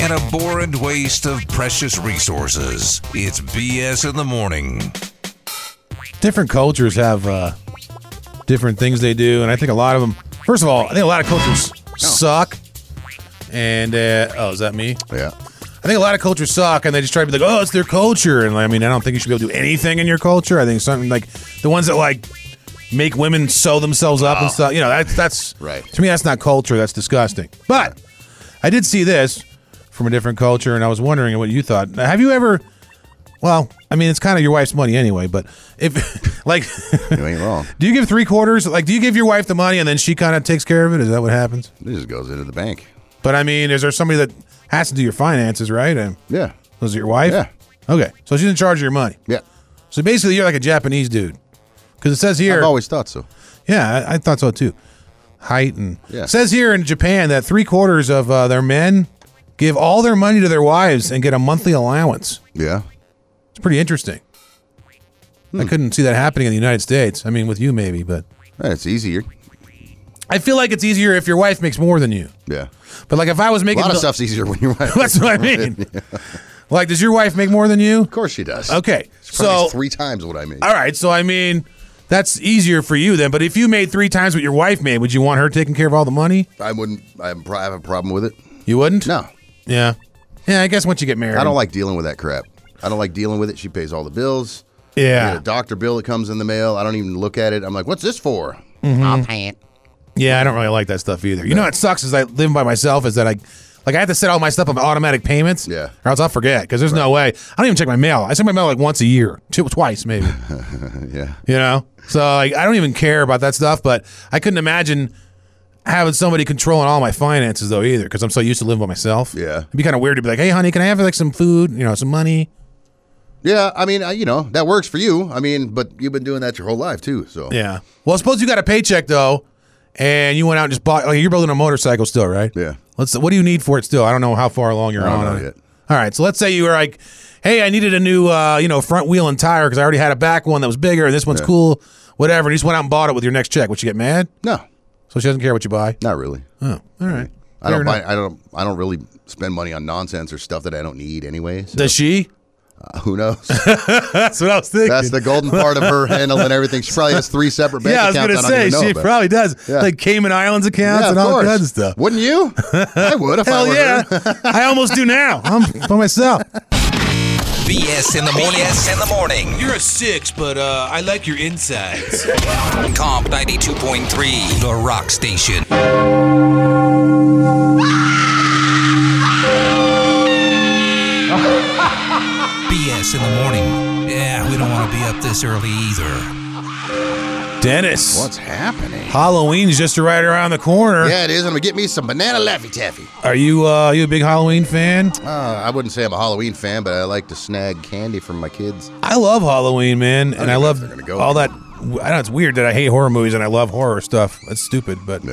Speaker 1: An abhorrent waste of precious resources. It's BS in the morning.
Speaker 6: different cultures have uh, different things they do, and I think a lot of them. First of all, I think a lot of cultures suck. And uh, oh, is that me?
Speaker 5: Yeah.
Speaker 6: I think a lot of cultures suck, and they just try to be like, oh, it's their culture. And I mean, I don't think you should be able to do anything in your culture. I think something like the ones that like make women sew themselves up and
Speaker 5: Oh.
Speaker 6: stuff. You know, that's that's
Speaker 5: Right.
Speaker 6: to me that's not culture. That's disgusting. But I did see this from a different culture, and I was wondering what you thought. Now, Have you ever? Well, I mean, it's kind of your wife's money anyway, but if like
Speaker 5: You ain't wrong.
Speaker 6: do you give three quarters? Like, do you give your wife the money and then she kind of takes care of it? Is that what happens?
Speaker 5: It just goes into the bank.
Speaker 6: But I mean, is there somebody that has to do your finances, right? And
Speaker 5: yeah.
Speaker 6: Was it your wife? Yeah. Okay. So she's in charge of your money.
Speaker 5: Yeah.
Speaker 6: So basically, you're like a Japanese dude. Because it says here. I've
Speaker 5: always thought so.
Speaker 6: Yeah, I, I thought so too. Height and.
Speaker 5: Yeah.
Speaker 6: It says here in Japan that three quarters of uh, their men give all their money to their wives and get a monthly allowance.
Speaker 5: Yeah.
Speaker 6: It's pretty interesting. I
Speaker 5: Hmm.
Speaker 6: couldn't see that happening in the United States. I mean, with you maybe, but
Speaker 5: it's easier.
Speaker 6: I feel like it's easier if your wife makes more than you.
Speaker 5: Yeah.
Speaker 6: But like if I was making
Speaker 5: a lot of
Speaker 6: mil-
Speaker 5: stuff's easier when you're right.
Speaker 6: That's what I mean. Like, does your wife make more than you? Of
Speaker 5: course she does.
Speaker 6: Okay,
Speaker 5: It's probably
Speaker 6: so
Speaker 5: three times what I mean.
Speaker 6: all right, so I mean that's easier for you then. But if you made three times what your wife made, would you want her taking care of all the money?
Speaker 5: I wouldn't. I have a pro- I have a problem with it.
Speaker 6: You wouldn't?
Speaker 5: No.
Speaker 6: Yeah. Yeah. I guess once you get married,
Speaker 5: I don't like dealing with that crap. I don't like dealing with it. She pays all the bills.
Speaker 6: Yeah.
Speaker 5: I get a doctor bill that comes in the mail. I don't even look at it. I'm like, what's this for?
Speaker 6: Mhm.
Speaker 5: Mm-hmm. pay it.
Speaker 6: Yeah, I don't really like that stuff either. You know what sucks is I live by myself is that I like I have to set all my stuff up on automatic payments. Yeah. Or else I'll forget because there's no way. I don't even check my mail. I check my mail like once a year, two, twice maybe.
Speaker 5: yeah.
Speaker 6: You know? So like I don't even care about that stuff, but I couldn't imagine having somebody controlling all my finances though either because I'm so used to living by myself. Yeah. It'd be kind of weird to be like, "Hey honey, can I have like some food, you know, some money?"
Speaker 5: Yeah. I mean, I, you know, that works for you. I mean, but you've been doing that your whole life too. So
Speaker 6: Yeah. Well, suppose you got a paycheck though and you went out and just bought like you're building a motorcycle still, right?
Speaker 5: Yeah.
Speaker 6: Let's what do you need for it still? I don't know how far along you're
Speaker 5: I don't
Speaker 6: on.
Speaker 5: know
Speaker 6: on it. All right. So let's say you were like, hey, I needed a new, uh, you know, front wheel and tire because I already had a back one that was bigger and this one's
Speaker 5: Yeah.
Speaker 6: cool, whatever. And you just went out and bought it with your next check. Would you get mad?
Speaker 5: No.
Speaker 6: So she doesn't care what you buy?
Speaker 5: Not really.
Speaker 6: Oh, all right.
Speaker 5: I
Speaker 6: Fair
Speaker 5: don't buy,
Speaker 6: enough.
Speaker 5: I don't. I don't really spend money on nonsense or stuff that I don't need anyway. So.
Speaker 6: Does she?
Speaker 5: Uh, who knows?
Speaker 6: That's what I was thinking.
Speaker 5: That's the golden part of her handle and everything. She probably has three separate bank
Speaker 6: yeah, I was
Speaker 5: accounts.
Speaker 6: gonna
Speaker 5: don't
Speaker 6: say
Speaker 5: even know
Speaker 6: she
Speaker 5: about.
Speaker 6: probably does,
Speaker 5: Yeah.
Speaker 6: like Cayman Islands accounts
Speaker 5: Yeah,
Speaker 6: and
Speaker 5: of
Speaker 6: all
Speaker 5: course.
Speaker 6: kinds of stuff.
Speaker 5: Wouldn't you? I would if I
Speaker 6: Hell
Speaker 5: were
Speaker 6: yeah, I almost do now. I'm by myself.
Speaker 1: BS in the morning. BS in the morning.
Speaker 6: You're a six, but uh, I like your insides.
Speaker 1: Comp 92.3, The Rock Station. BS in the morning. Yeah, we don't want to be up this early either.
Speaker 6: Dennis,
Speaker 5: what's happening?
Speaker 6: Halloween's just right around the corner.
Speaker 5: Yeah, it is. I'm gonna get me some banana laffy taffy.
Speaker 6: Are you uh, you a big Halloween fan?
Speaker 5: Uh, I wouldn't say I'm a Halloween fan, but I like to snag candy from my kids.
Speaker 6: I love Halloween, man, and I love
Speaker 5: go
Speaker 6: all that. I know it's weird that I hate horror movies and I love horror stuff. That's stupid, but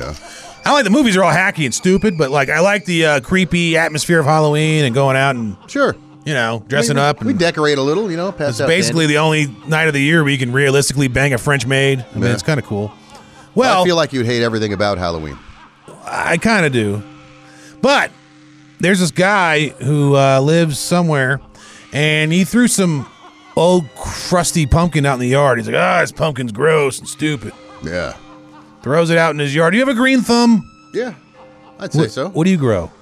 Speaker 6: I like the movies are all hacky and stupid, but like I like the uh, creepy atmosphere of Halloween and going out and
Speaker 5: sure,
Speaker 6: you know, dressing
Speaker 5: I mean, we-
Speaker 6: up. And
Speaker 5: We decorate a little, you know. Pass
Speaker 6: it's
Speaker 5: out
Speaker 6: basically
Speaker 5: candy.
Speaker 6: the only night of the year where you can realistically bang a French maid. I mean,
Speaker 5: Yeah.
Speaker 6: it's kind of cool. Well,
Speaker 5: I feel like you'd hate everything about Halloween.
Speaker 6: I kind of do. But there's this guy who uh, lives somewhere, and he threw some old crusty pumpkin out in the yard. He's like, ah, this pumpkin's gross and stupid.
Speaker 5: Yeah.
Speaker 6: Throws it out in his yard. Do you have a green thumb?
Speaker 5: Yeah, I'd say
Speaker 6: what,
Speaker 5: so.
Speaker 6: What do you grow?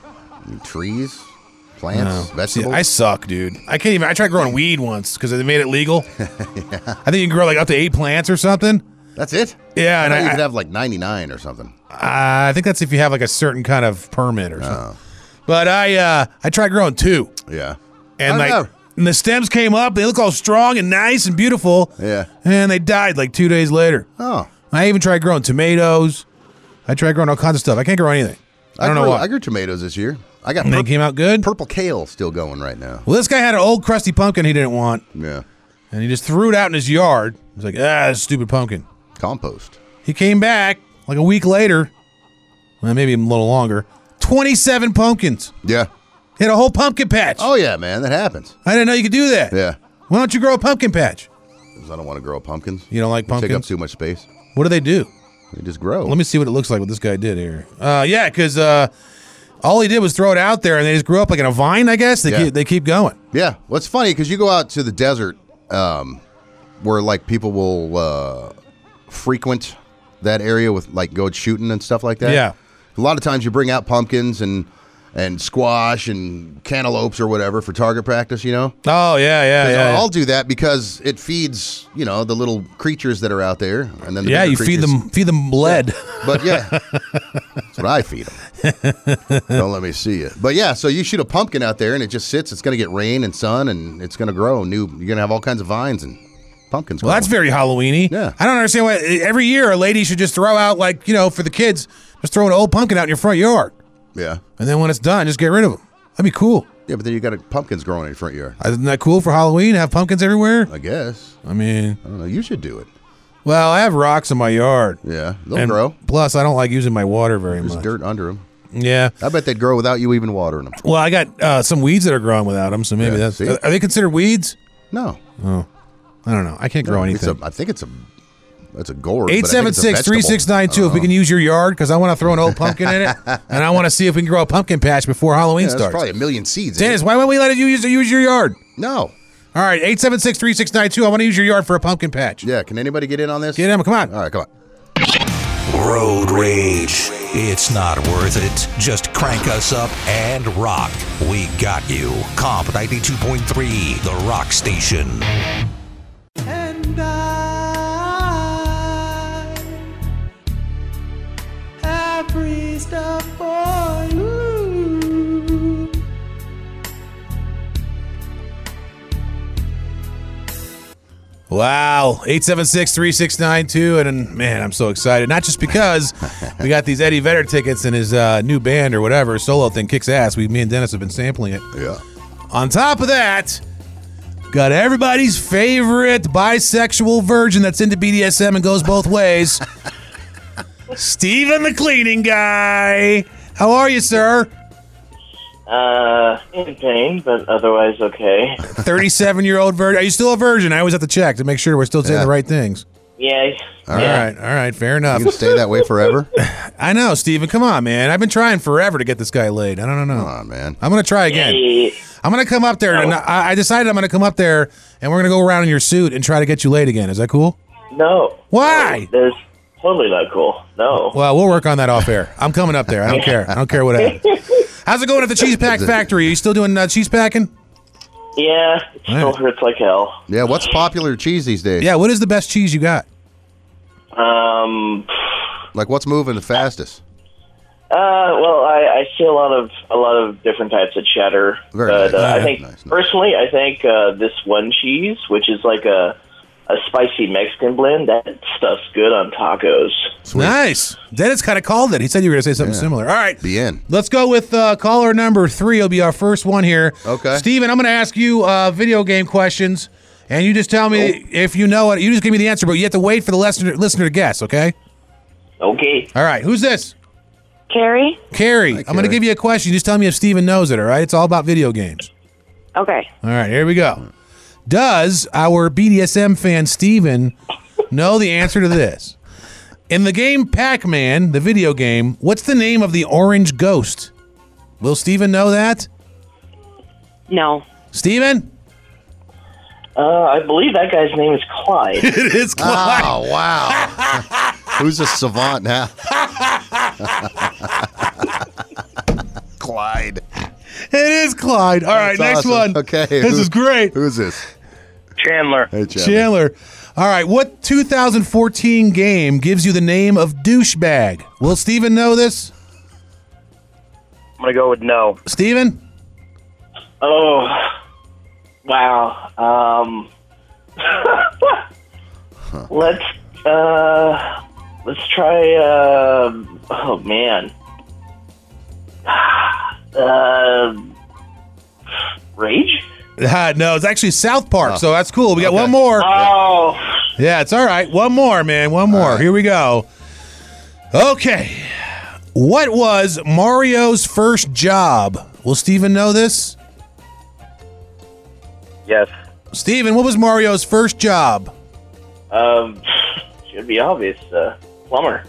Speaker 5: Trees, plants,
Speaker 6: No. See,
Speaker 5: vegetables.
Speaker 6: I suck, dude. I can't even. I tried growing weed once because they made it legal. I think you can grow like up to eight plants or something.
Speaker 5: That's it.
Speaker 6: Yeah,
Speaker 5: I
Speaker 6: and
Speaker 5: thought you
Speaker 6: I,
Speaker 5: could have like 99 or something.
Speaker 6: Uh, I think that's if you have like a certain kind of permit
Speaker 5: Oh.
Speaker 6: or something. But I uh, I tried growing two.
Speaker 5: Yeah.
Speaker 6: and
Speaker 5: I
Speaker 6: like
Speaker 5: don't
Speaker 6: and the stems came up. They look all strong and nice and beautiful.
Speaker 5: Yeah.
Speaker 6: and they died like two days later.
Speaker 5: Oh,
Speaker 6: I even tried growing tomatoes. I tried growing all kinds of stuff. I can't grow anything.
Speaker 5: I,
Speaker 6: don't know
Speaker 5: grew,
Speaker 6: why.
Speaker 5: I grew tomatoes this year. I got.
Speaker 6: And they came out good.
Speaker 5: Purple kale still going right now.
Speaker 6: Well, this guy had an old crusty pumpkin he didn't want.
Speaker 5: Yeah.
Speaker 6: And he just threw it out in his yard. He's like, ah, this stupid pumpkin.
Speaker 5: Compost.
Speaker 6: He came back like a week later. Well, maybe a little longer. 27 pumpkins.
Speaker 5: Yeah.
Speaker 6: Hit a whole pumpkin patch.
Speaker 5: Oh yeah, man, that happens.
Speaker 6: I didn't know you could do that.
Speaker 5: Yeah.
Speaker 6: Why don't you grow a pumpkin patch?
Speaker 5: 'Cause I don't want to grow pumpkins.
Speaker 6: You don't like
Speaker 5: They Take up
Speaker 6: pumpkins?
Speaker 5: too much space.
Speaker 6: What do they do?
Speaker 5: They just grow.
Speaker 6: Let me see what it looks like what this guy did here. Uh, yeah, because uh, all he did was throw it out there and they just grew up like in a vine, I guess. They,
Speaker 5: Yeah.
Speaker 6: keep, they keep going.
Speaker 5: Yeah. Well, it's funny because you go out to the desert, um, where like people will uh, frequent that area with like go shooting and stuff like that.
Speaker 6: Yeah.
Speaker 5: A lot of times you bring out pumpkins and and squash and cantaloupes or whatever for target practice. You know.
Speaker 6: Oh, yeah, yeah,
Speaker 5: 'Cause
Speaker 6: yeah. yeah.
Speaker 5: I'll do that because it feeds you know the little creatures that are out there, and then the
Speaker 6: yeah,
Speaker 5: bigger
Speaker 6: you feed
Speaker 5: creatures-
Speaker 6: them feed them lead.
Speaker 5: But yeah, that's what I feed them. Don't let me see you. But yeah, so you shoot a pumpkin out there and it just sits. It's going to get rain and sun and it's going to grow new. You're going to have all kinds of vines and pumpkins.
Speaker 6: Well, that's
Speaker 5: growing.
Speaker 6: very Halloweeny. Yeah. I don't understand why eh, every year a lady should just throw out like you know for the kids, just throw an old pumpkin out in your front yard,
Speaker 5: yeah,
Speaker 6: and then when it's done, just get rid of them. That'd be cool.
Speaker 5: yeah. But then you got pumpkins growing in your front yard.
Speaker 6: Isn't that cool for Halloween? Have pumpkins everywhere.
Speaker 5: I guess.
Speaker 6: I mean,
Speaker 5: I don't know. You should do it.
Speaker 6: well, I have rocks in my yard.
Speaker 5: Yeah, they'll
Speaker 6: And
Speaker 5: grow.
Speaker 6: Plus, I don't like using my water very
Speaker 5: There's
Speaker 6: much.
Speaker 5: dirt under them.
Speaker 6: Yeah.
Speaker 5: I bet they'd grow without you even watering them.
Speaker 6: Well, I got uh, some weeds that are growing without them, so maybe
Speaker 5: Yeah,
Speaker 6: that's.
Speaker 5: see?
Speaker 6: Are they considered weeds?
Speaker 5: No,
Speaker 6: Oh, I don't know. I can't grow
Speaker 5: It's a-
Speaker 6: anything.
Speaker 5: I think it's a. That's a gourd. but I
Speaker 6: Eight
Speaker 5: think
Speaker 6: seven
Speaker 5: it's a
Speaker 6: six three
Speaker 5: vegetable.
Speaker 6: six nine two. If we can use your yard, because I want to throw an old pumpkin in it, and I want to see if we can grow a pumpkin patch before Halloween
Speaker 5: Yeah, there's
Speaker 6: starts.
Speaker 5: probably a million seeds. in it.
Speaker 6: Dennis, why won't we let you use use your yard?
Speaker 5: No.
Speaker 6: All right, 876 3692. I want to use your yard for a pumpkin patch.
Speaker 5: Yeah, can anybody get in on this?
Speaker 6: Get him, come on.
Speaker 5: All right, come on.
Speaker 1: Road rage. It's not worth it. Just crank us up and rock. We got you. Comp 92.3, The Rock Station.
Speaker 14: And I have breezed up for you.
Speaker 6: Wow, 876 3692. And man, I'm so excited. Not just because we got these Eddie Vedder tickets and his uh, new band or whatever, solo thing kicks ass. We, me and Dennis have been sampling it.
Speaker 5: Yeah.
Speaker 6: On top of that, got everybody's favorite bisexual virgin that's into BDSM and goes both ways. Steven the cleaning guy. How are you, sir?
Speaker 17: Uh, in pain, but otherwise okay.
Speaker 6: 37 year old virgin. Are you still a virgin? I always have to check to make sure we're still saying the right things.
Speaker 17: Yay.
Speaker 6: All right, all right, fair enough.
Speaker 5: You gonna stay that way forever?
Speaker 6: I know, Steven. Come on, man. I've been trying forever to get this guy laid. I don't know. Come on,
Speaker 5: man.
Speaker 6: I'm gonna try again. I'm gonna come up there, and I, I decided I'm gonna come up there, and we're gonna go around in your suit and try to get you laid again. Is that cool?
Speaker 17: No.
Speaker 6: Why?
Speaker 17: There's totally not cool. No.
Speaker 6: Well, we'll work on that off air. I'm coming up there. I don't care. I don't care what happens. How's it going at the Cheese Pack Factory? Are you still doing uh, cheese packing?
Speaker 17: Yeah, it still
Speaker 18: Oh.
Speaker 17: hurts like hell.
Speaker 5: Yeah, what's popular cheese these days?
Speaker 6: Yeah. What is the best cheese you got?
Speaker 17: Um,
Speaker 5: Like what's moving the fastest?
Speaker 17: uh, well, I, I see a lot of a lot of different types of cheddar,
Speaker 5: Very
Speaker 17: but
Speaker 5: nice.
Speaker 17: uh, I
Speaker 5: Yeah,
Speaker 17: think
Speaker 5: nice, nice.
Speaker 17: personally, I think uh, this one cheese, which is like a a spicy Mexican blend, that stuff's good on tacos.
Speaker 6: Nice. Dennis kind of called it. He said you were gonna say something similar. All right.
Speaker 5: The end.
Speaker 6: Let's go with uh, caller number three. It'll be our first one here.
Speaker 5: Okay.
Speaker 6: Steven, I'm going to ask you uh, video game questions, and you just tell me if you know it. You just give me the answer, but you have to wait for the listener, listener to guess, okay?
Speaker 17: Okay.
Speaker 6: All right. Who's this?
Speaker 19: Carrie?
Speaker 6: Carrie. I'm going to
Speaker 5: Carrie.
Speaker 6: give you a question. Just tell me if Steven knows it, all right? It's all about video games.
Speaker 19: Okay.
Speaker 6: All right. Here we go. Does our BDSM fan, Steven, know the answer to this? In the game Pac Man, the video game, what's the name of the orange ghost? Will Steven know that?
Speaker 19: No.
Speaker 6: Steven?
Speaker 17: Uh, I believe that guy's name is Clyde.
Speaker 6: it is
Speaker 17: Clyde.
Speaker 5: Oh wow. Who's a savant now? Clyde.
Speaker 6: It is Clyde. All right,
Speaker 5: That's
Speaker 6: next
Speaker 5: awesome.
Speaker 6: one.
Speaker 5: Okay.
Speaker 6: This
Speaker 5: who-
Speaker 6: is great.
Speaker 5: Who's this?
Speaker 17: Chandler.
Speaker 5: Hey,
Speaker 6: Chandler. All right, what 2014 game gives you the name of douchebag? Will Steven know this?
Speaker 17: I'm gonna go with no.
Speaker 6: Steven?
Speaker 17: Oh, wow. Um, let's um, uh, let's try. Uh, oh man, Uh, Rage?
Speaker 6: Ah, no, it's actually South Park, so that's cool. We got one more.
Speaker 17: Oh.
Speaker 6: Yeah, it's all right. One more, man. One more. Here we go. Okay. What was Mario's first job? Will Steven know this?
Speaker 17: Yes.
Speaker 6: Steven, what was Mario's first job?
Speaker 17: Um, should be obvious. Uh, plumber.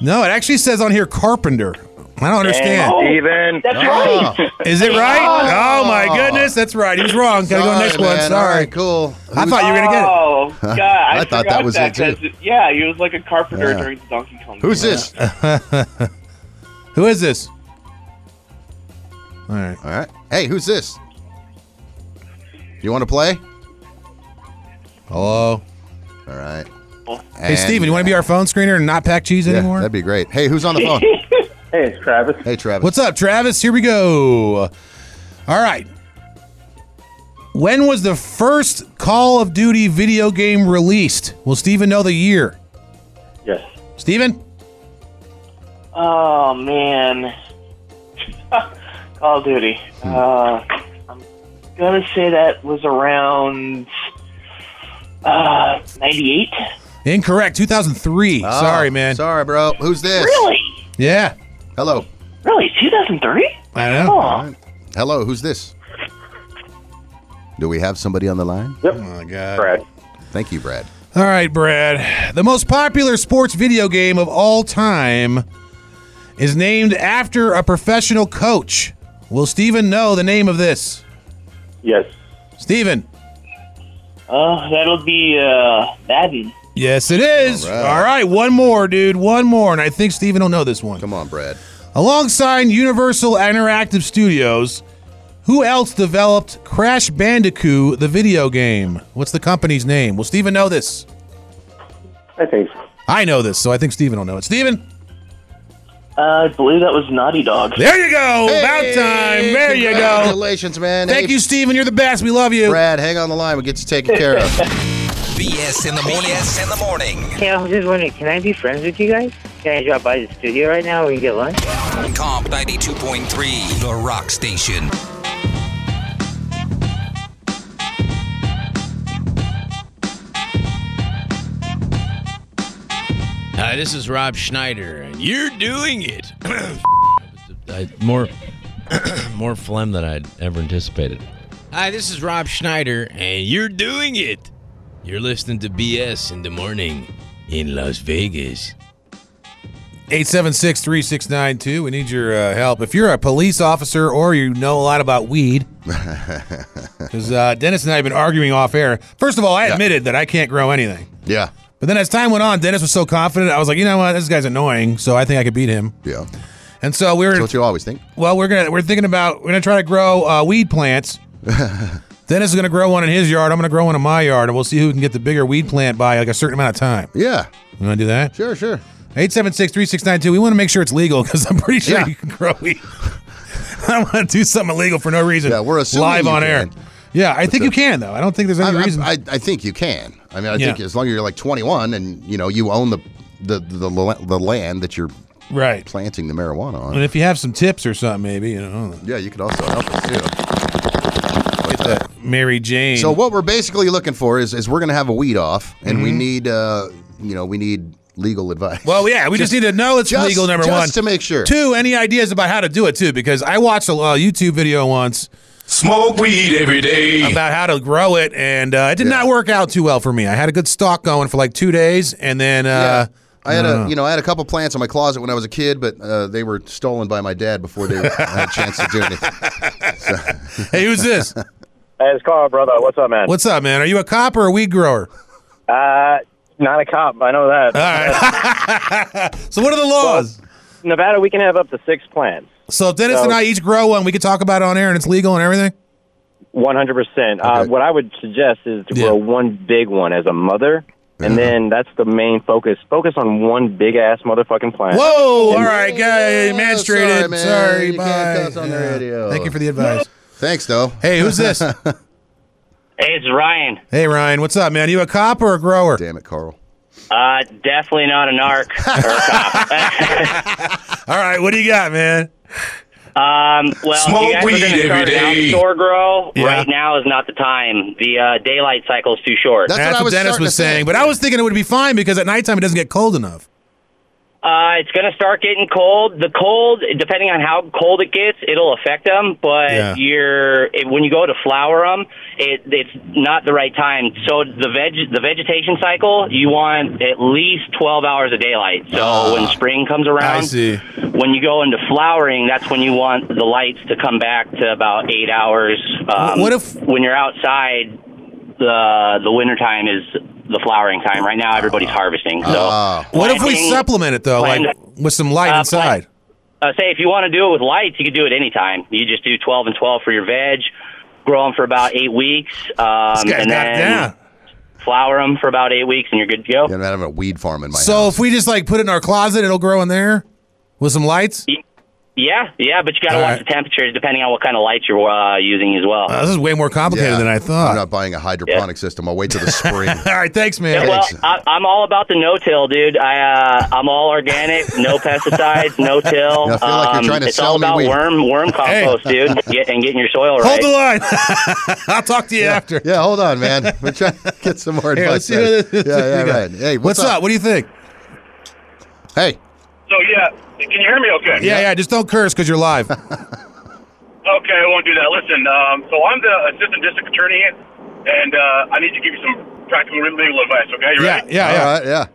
Speaker 6: No, it actually says on here carpenter. I don't understand.
Speaker 17: Steven.
Speaker 5: Ah.
Speaker 17: That's right.
Speaker 6: Is it right? Oh, my goodness, that's right. He was wrong. Gotta go
Speaker 5: Sorry,
Speaker 6: next one.
Speaker 5: man. All
Speaker 6: Sorry.
Speaker 5: right, cool.
Speaker 6: I thought you were gonna get it.
Speaker 17: Oh, God. I,
Speaker 5: I thought that
Speaker 17: forgot
Speaker 5: was it, too.
Speaker 17: 'cause, Yeah, he was like a carpenter
Speaker 5: Yeah.
Speaker 17: during the Donkey Kong.
Speaker 5: Who's
Speaker 17: game.
Speaker 5: this?
Speaker 6: Who is this? All right.
Speaker 5: All right. Hey, who's this? You want to play?
Speaker 6: Hello.
Speaker 5: All right.
Speaker 6: Hey, Steven, you want to be our phone screener and not pack cheese anymore?
Speaker 5: That'd be great. Hey, who's on the phone?
Speaker 17: hey, it's Travis.
Speaker 5: Hey, Travis.
Speaker 6: What's up, Travis? Here we go. All right. When was the first Call of Duty video game released? Will Steven know the year?
Speaker 17: Yes.
Speaker 6: Steven?
Speaker 17: Oh, man. Call of Duty. Uh, I'm going to say that was around uh, 98.
Speaker 6: Incorrect. 2003.
Speaker 5: Oh,
Speaker 6: sorry, man.
Speaker 5: Sorry, bro. Who's this?
Speaker 17: Really?
Speaker 6: Yeah.
Speaker 5: Hello.
Speaker 17: Really? 2003?
Speaker 6: I
Speaker 17: know. Oh.
Speaker 5: All right. Hello, who's this? Do we have somebody on the line?
Speaker 17: Yep.
Speaker 6: Oh, my God.
Speaker 5: Thank you, Brad.
Speaker 6: All right, Brad. The most popular sports video game of all time is named after a professional coach. Will Steven know the name of this?
Speaker 17: Yes.
Speaker 6: Steven.
Speaker 17: Uh, that'll be uh, Madden.
Speaker 6: Yes, it is. All
Speaker 17: All
Speaker 6: right.
Speaker 17: right.
Speaker 6: one more, dude. One more, and I think Steven will know this one.
Speaker 5: Come on, Brad.
Speaker 6: Alongside Universal Interactive Studios, who else developed Crash Bandicoot, the video game? What's the company's name? Will Steven know this?
Speaker 17: I think.
Speaker 6: I know this, so I think Steven will know it. Steven,
Speaker 17: Uh, I believe that was Naughty Dog.
Speaker 6: there you go. About time. There you go.
Speaker 5: Congratulations, man.
Speaker 6: Thank
Speaker 5: Hey,
Speaker 6: you, Steven. You're the best. We love you.
Speaker 5: Brad, hang on the line. We'll get you taken care of.
Speaker 1: BS in the morning. BS in the morning.
Speaker 20: Hey, I'm just wondering, can I be friends with you guys? Can I drop by the studio right now? We can get lunch.
Speaker 1: Comp 92.3, The Rock Station.
Speaker 21: Hi, this is Rob Schneider, and you're doing it. I, more, more phlegm than I'd ever anticipated. Hi, this is Rob Schneider, and you're doing it. You're listening to BS in the morning in Las Vegas.
Speaker 6: 876 3692. We need your uh, help. If you're a police officer or you know a lot about weed, because uh, Dennis and I have been arguing off air. First of all, I admitted that I can't grow anything.
Speaker 5: Yeah.
Speaker 6: But then as time went on, Dennis was so confident. I was like, you know what? This guy's annoying, so I think I could beat him.
Speaker 5: Yeah.
Speaker 6: And so we were.
Speaker 5: That's what you always think.
Speaker 6: Well, we're gonna we're thinking about we're gonna try to grow uh, weed plants. Dennis is gonna grow one in his yard. I'm gonna grow one in my yard, and we'll see who can get the bigger weed plant by like a certain amount of time.
Speaker 5: Yeah.
Speaker 6: You wanna do that?
Speaker 5: Sure, sure.
Speaker 6: 876-3692. We want to make sure it's legal because I'm pretty sure
Speaker 5: Yeah.
Speaker 6: you can grow weed. I don't want to do something illegal for no reason. Yeah, we're
Speaker 5: assuming
Speaker 6: live
Speaker 5: you
Speaker 6: on air.
Speaker 5: can.
Speaker 6: Yeah, I think you can though. I don't think there's any
Speaker 5: I,
Speaker 6: reason.
Speaker 5: I, I, I think you can. I mean, I
Speaker 6: Yeah.
Speaker 5: think as long as you're like 21 and you know you own the the the, la- the land that you're
Speaker 6: Right.
Speaker 5: planting the marijuana on.
Speaker 6: and if you have some tips or something, maybe you know.
Speaker 5: Yeah, you could also help us too. Like that.
Speaker 6: Mary Jane.
Speaker 5: So what we're basically looking for is is we're gonna have a weed off, and we need uh you know we need legal advice.
Speaker 6: Mm-hmm. Well, yeah, we just, need to know it's
Speaker 5: just-
Speaker 6: legal. Number
Speaker 5: just
Speaker 6: one,
Speaker 5: to make sure.
Speaker 6: Two, any ideas about how to do it too? Because I watched a uh, YouTube video once.
Speaker 21: Smoke weed every day.
Speaker 6: About how to grow it, and uh, it did not work out too well for me. I had a good stock going for like two days, and then uh,
Speaker 5: I had
Speaker 6: don't
Speaker 5: a you know I had a couple plants in my closet when I was a kid, but uh, they were stolen by my dad before they had a chance to do anything.
Speaker 6: hey, who's this?
Speaker 22: Hey, it's Carl, brother. What's up, man?
Speaker 6: What's up, man? Are you a cop or a weed grower?
Speaker 22: Uh, not a cop. I know that.
Speaker 6: So what are the laws?
Speaker 22: Nevada, we can have up to six plants.
Speaker 6: So if Dennis
Speaker 22: So-
Speaker 6: and I each grow one, we could talk about it on air, and it's legal and everything.
Speaker 22: One hundred percent. Uh, What I would suggest is to grow one big one as a mother,
Speaker 6: Uh-huh.
Speaker 22: and then that's the main focus. Focus on one big ass motherfucking plant.
Speaker 6: Whoa!
Speaker 22: And-
Speaker 6: All right, guy, manstrated.
Speaker 5: man.
Speaker 6: Sorry,
Speaker 5: You
Speaker 6: bye.
Speaker 5: can't cuss on the
Speaker 6: Yeah.
Speaker 5: radio.
Speaker 6: Thank you for the advice.
Speaker 5: Thanks, though.
Speaker 6: Hey, who's this?
Speaker 23: Hey, it's Ryan.
Speaker 6: hey, Ryan, what's up, man? you a cop or a grower?
Speaker 5: Damn it, Carl.
Speaker 23: Uh, definitely not an arc.
Speaker 6: All right, what do you got, man?
Speaker 23: Um, well,
Speaker 2: Smoke
Speaker 23: you guys
Speaker 2: weed
Speaker 23: are gonna
Speaker 2: every
Speaker 23: start an
Speaker 2: day.
Speaker 23: Outdoor grow
Speaker 6: Yeah.
Speaker 23: right now is not the time. The uh, daylight cycle is too short.
Speaker 6: That's, what, Dennis was saying. But I was thinking it would be fine because at nighttime it doesn't get cold enough.
Speaker 23: Uh, it's going to start getting cold. The cold, depending on how cold it gets, it'll affect them. But
Speaker 6: Yeah.
Speaker 23: you're it, when you go to flower them, it, it's not the right time. So the veg the vegetation cycle, you want at least twelve hours of daylight. So when spring comes around,
Speaker 6: Ah, see.
Speaker 23: when you go into flowering, that's when you want the lights to come back to about eight hours. Um,
Speaker 6: What if-
Speaker 23: when you're outside, the the winter time is the flowering time. Right now, everybody's harvesting. So
Speaker 5: Ah.
Speaker 6: What if we
Speaker 23: planting-
Speaker 6: supplement it though, like with some light inside?
Speaker 23: uh, say if you want to do it with lights, you can do it anytime. You just do 12 and 12 for your veg, grow them for about eight weeks, um,
Speaker 6: guy's
Speaker 23: and
Speaker 6: got it down.
Speaker 23: then flower them for about eight weeks, and you're good to go.
Speaker 5: I'm having a weed farm in my
Speaker 6: So if we just like put it in our closet, it'll grow in there with some lights.
Speaker 23: Yeah, yeah, but you got to
Speaker 6: All
Speaker 23: watch the temperatures depending on what kind of lights you're uh, using as well.
Speaker 6: Uh, this is way more complicated
Speaker 5: Yeah.
Speaker 6: than I thought.
Speaker 5: I'm not buying a hydroponic system. I'll wait till the spring.
Speaker 6: All right, thanks, man.
Speaker 23: Yeah, well, I, I'm all about the no-till, dude. I uh, I'm all organic, no pesticides, no-till.
Speaker 5: I feel like you're trying to
Speaker 23: Um, it's
Speaker 5: sell
Speaker 23: all
Speaker 5: me
Speaker 23: about
Speaker 5: weed.
Speaker 23: worm worm compost, dude, get, and getting your soil right.
Speaker 6: line. I'll talk to you after.
Speaker 5: Yeah, hold on, man. We're trying to get some more
Speaker 6: Here, let's
Speaker 5: advice.
Speaker 6: see what
Speaker 5: yeah,
Speaker 6: this-
Speaker 5: yeah,
Speaker 6: you got.
Speaker 5: right. Hey, what's,
Speaker 6: What's up? What do you think?
Speaker 5: Hey,
Speaker 3: So yeah, can you hear me? Okay.
Speaker 6: yeah, yeah. Just don't curse because you're live.
Speaker 3: Okay, I won't do that. Listen, um, so I'm the assistant district attorney, and uh, I need to give you some practical legal advice. Okay, you
Speaker 6: yeah,
Speaker 3: ready?
Speaker 6: Oh, yeah, yeah.
Speaker 5: All right, yeah.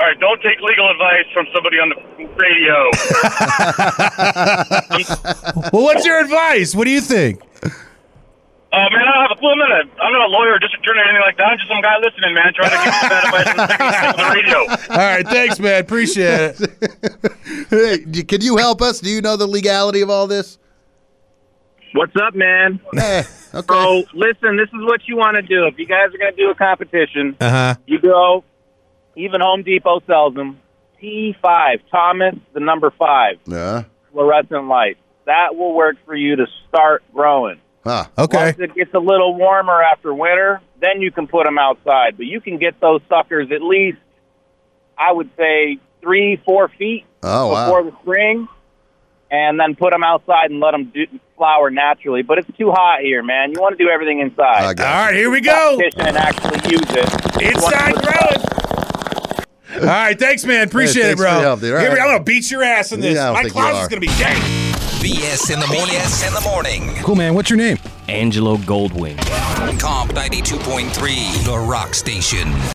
Speaker 3: All right, don't take legal advice from somebody on the radio.
Speaker 6: well, what's your advice? What do you think?
Speaker 3: Uh, man, I don't have a clue. I'm not a, I'm not a lawyer, district attorney, or anything like that. I'm just some guy listening, man, trying to give you bad advice from the radio.
Speaker 6: All right, thanks, man. Appreciate it.
Speaker 5: hey, d- can you help us? Do you know the legality of all this?
Speaker 18: What's up, man? So listen, this is what you want to do. If you guys are going to do a competition,
Speaker 6: Uh
Speaker 5: Uh-huh.
Speaker 6: huh.
Speaker 18: you go. Even Home Depot sells them. T5 Thomas, the number five
Speaker 5: Yeah.
Speaker 18: fluorescent light. That will work for you to start growing.
Speaker 5: Huh.
Speaker 18: Once it gets a little warmer after winter, then you can put them outside. But you can get those suckers at least, I would say, three, four feet
Speaker 5: Oh, wow.
Speaker 18: before the spring, and then put them outside and let them do, flower naturally. But it's too hot here, man. You want to do everything
Speaker 5: Uh,
Speaker 18: inside. All
Speaker 6: right, here we go.
Speaker 18: And actually use it. Inside growing.
Speaker 6: All right, thanks, man. Appreciate
Speaker 5: Hey,
Speaker 6: it,
Speaker 5: thanks for
Speaker 6: bro.
Speaker 5: the help, dude. All
Speaker 6: Here we-
Speaker 5: right.
Speaker 6: I'm gonna beat your ass in this.
Speaker 5: Yeah, I don't
Speaker 6: My
Speaker 5: think you
Speaker 6: closet's
Speaker 5: are.
Speaker 6: gonna be dank.
Speaker 1: BS in the morning. BS in the morning.
Speaker 6: Cool, man. What's your name?
Speaker 1: Angelo Goldwing. Comp 92.3, The Rock Station.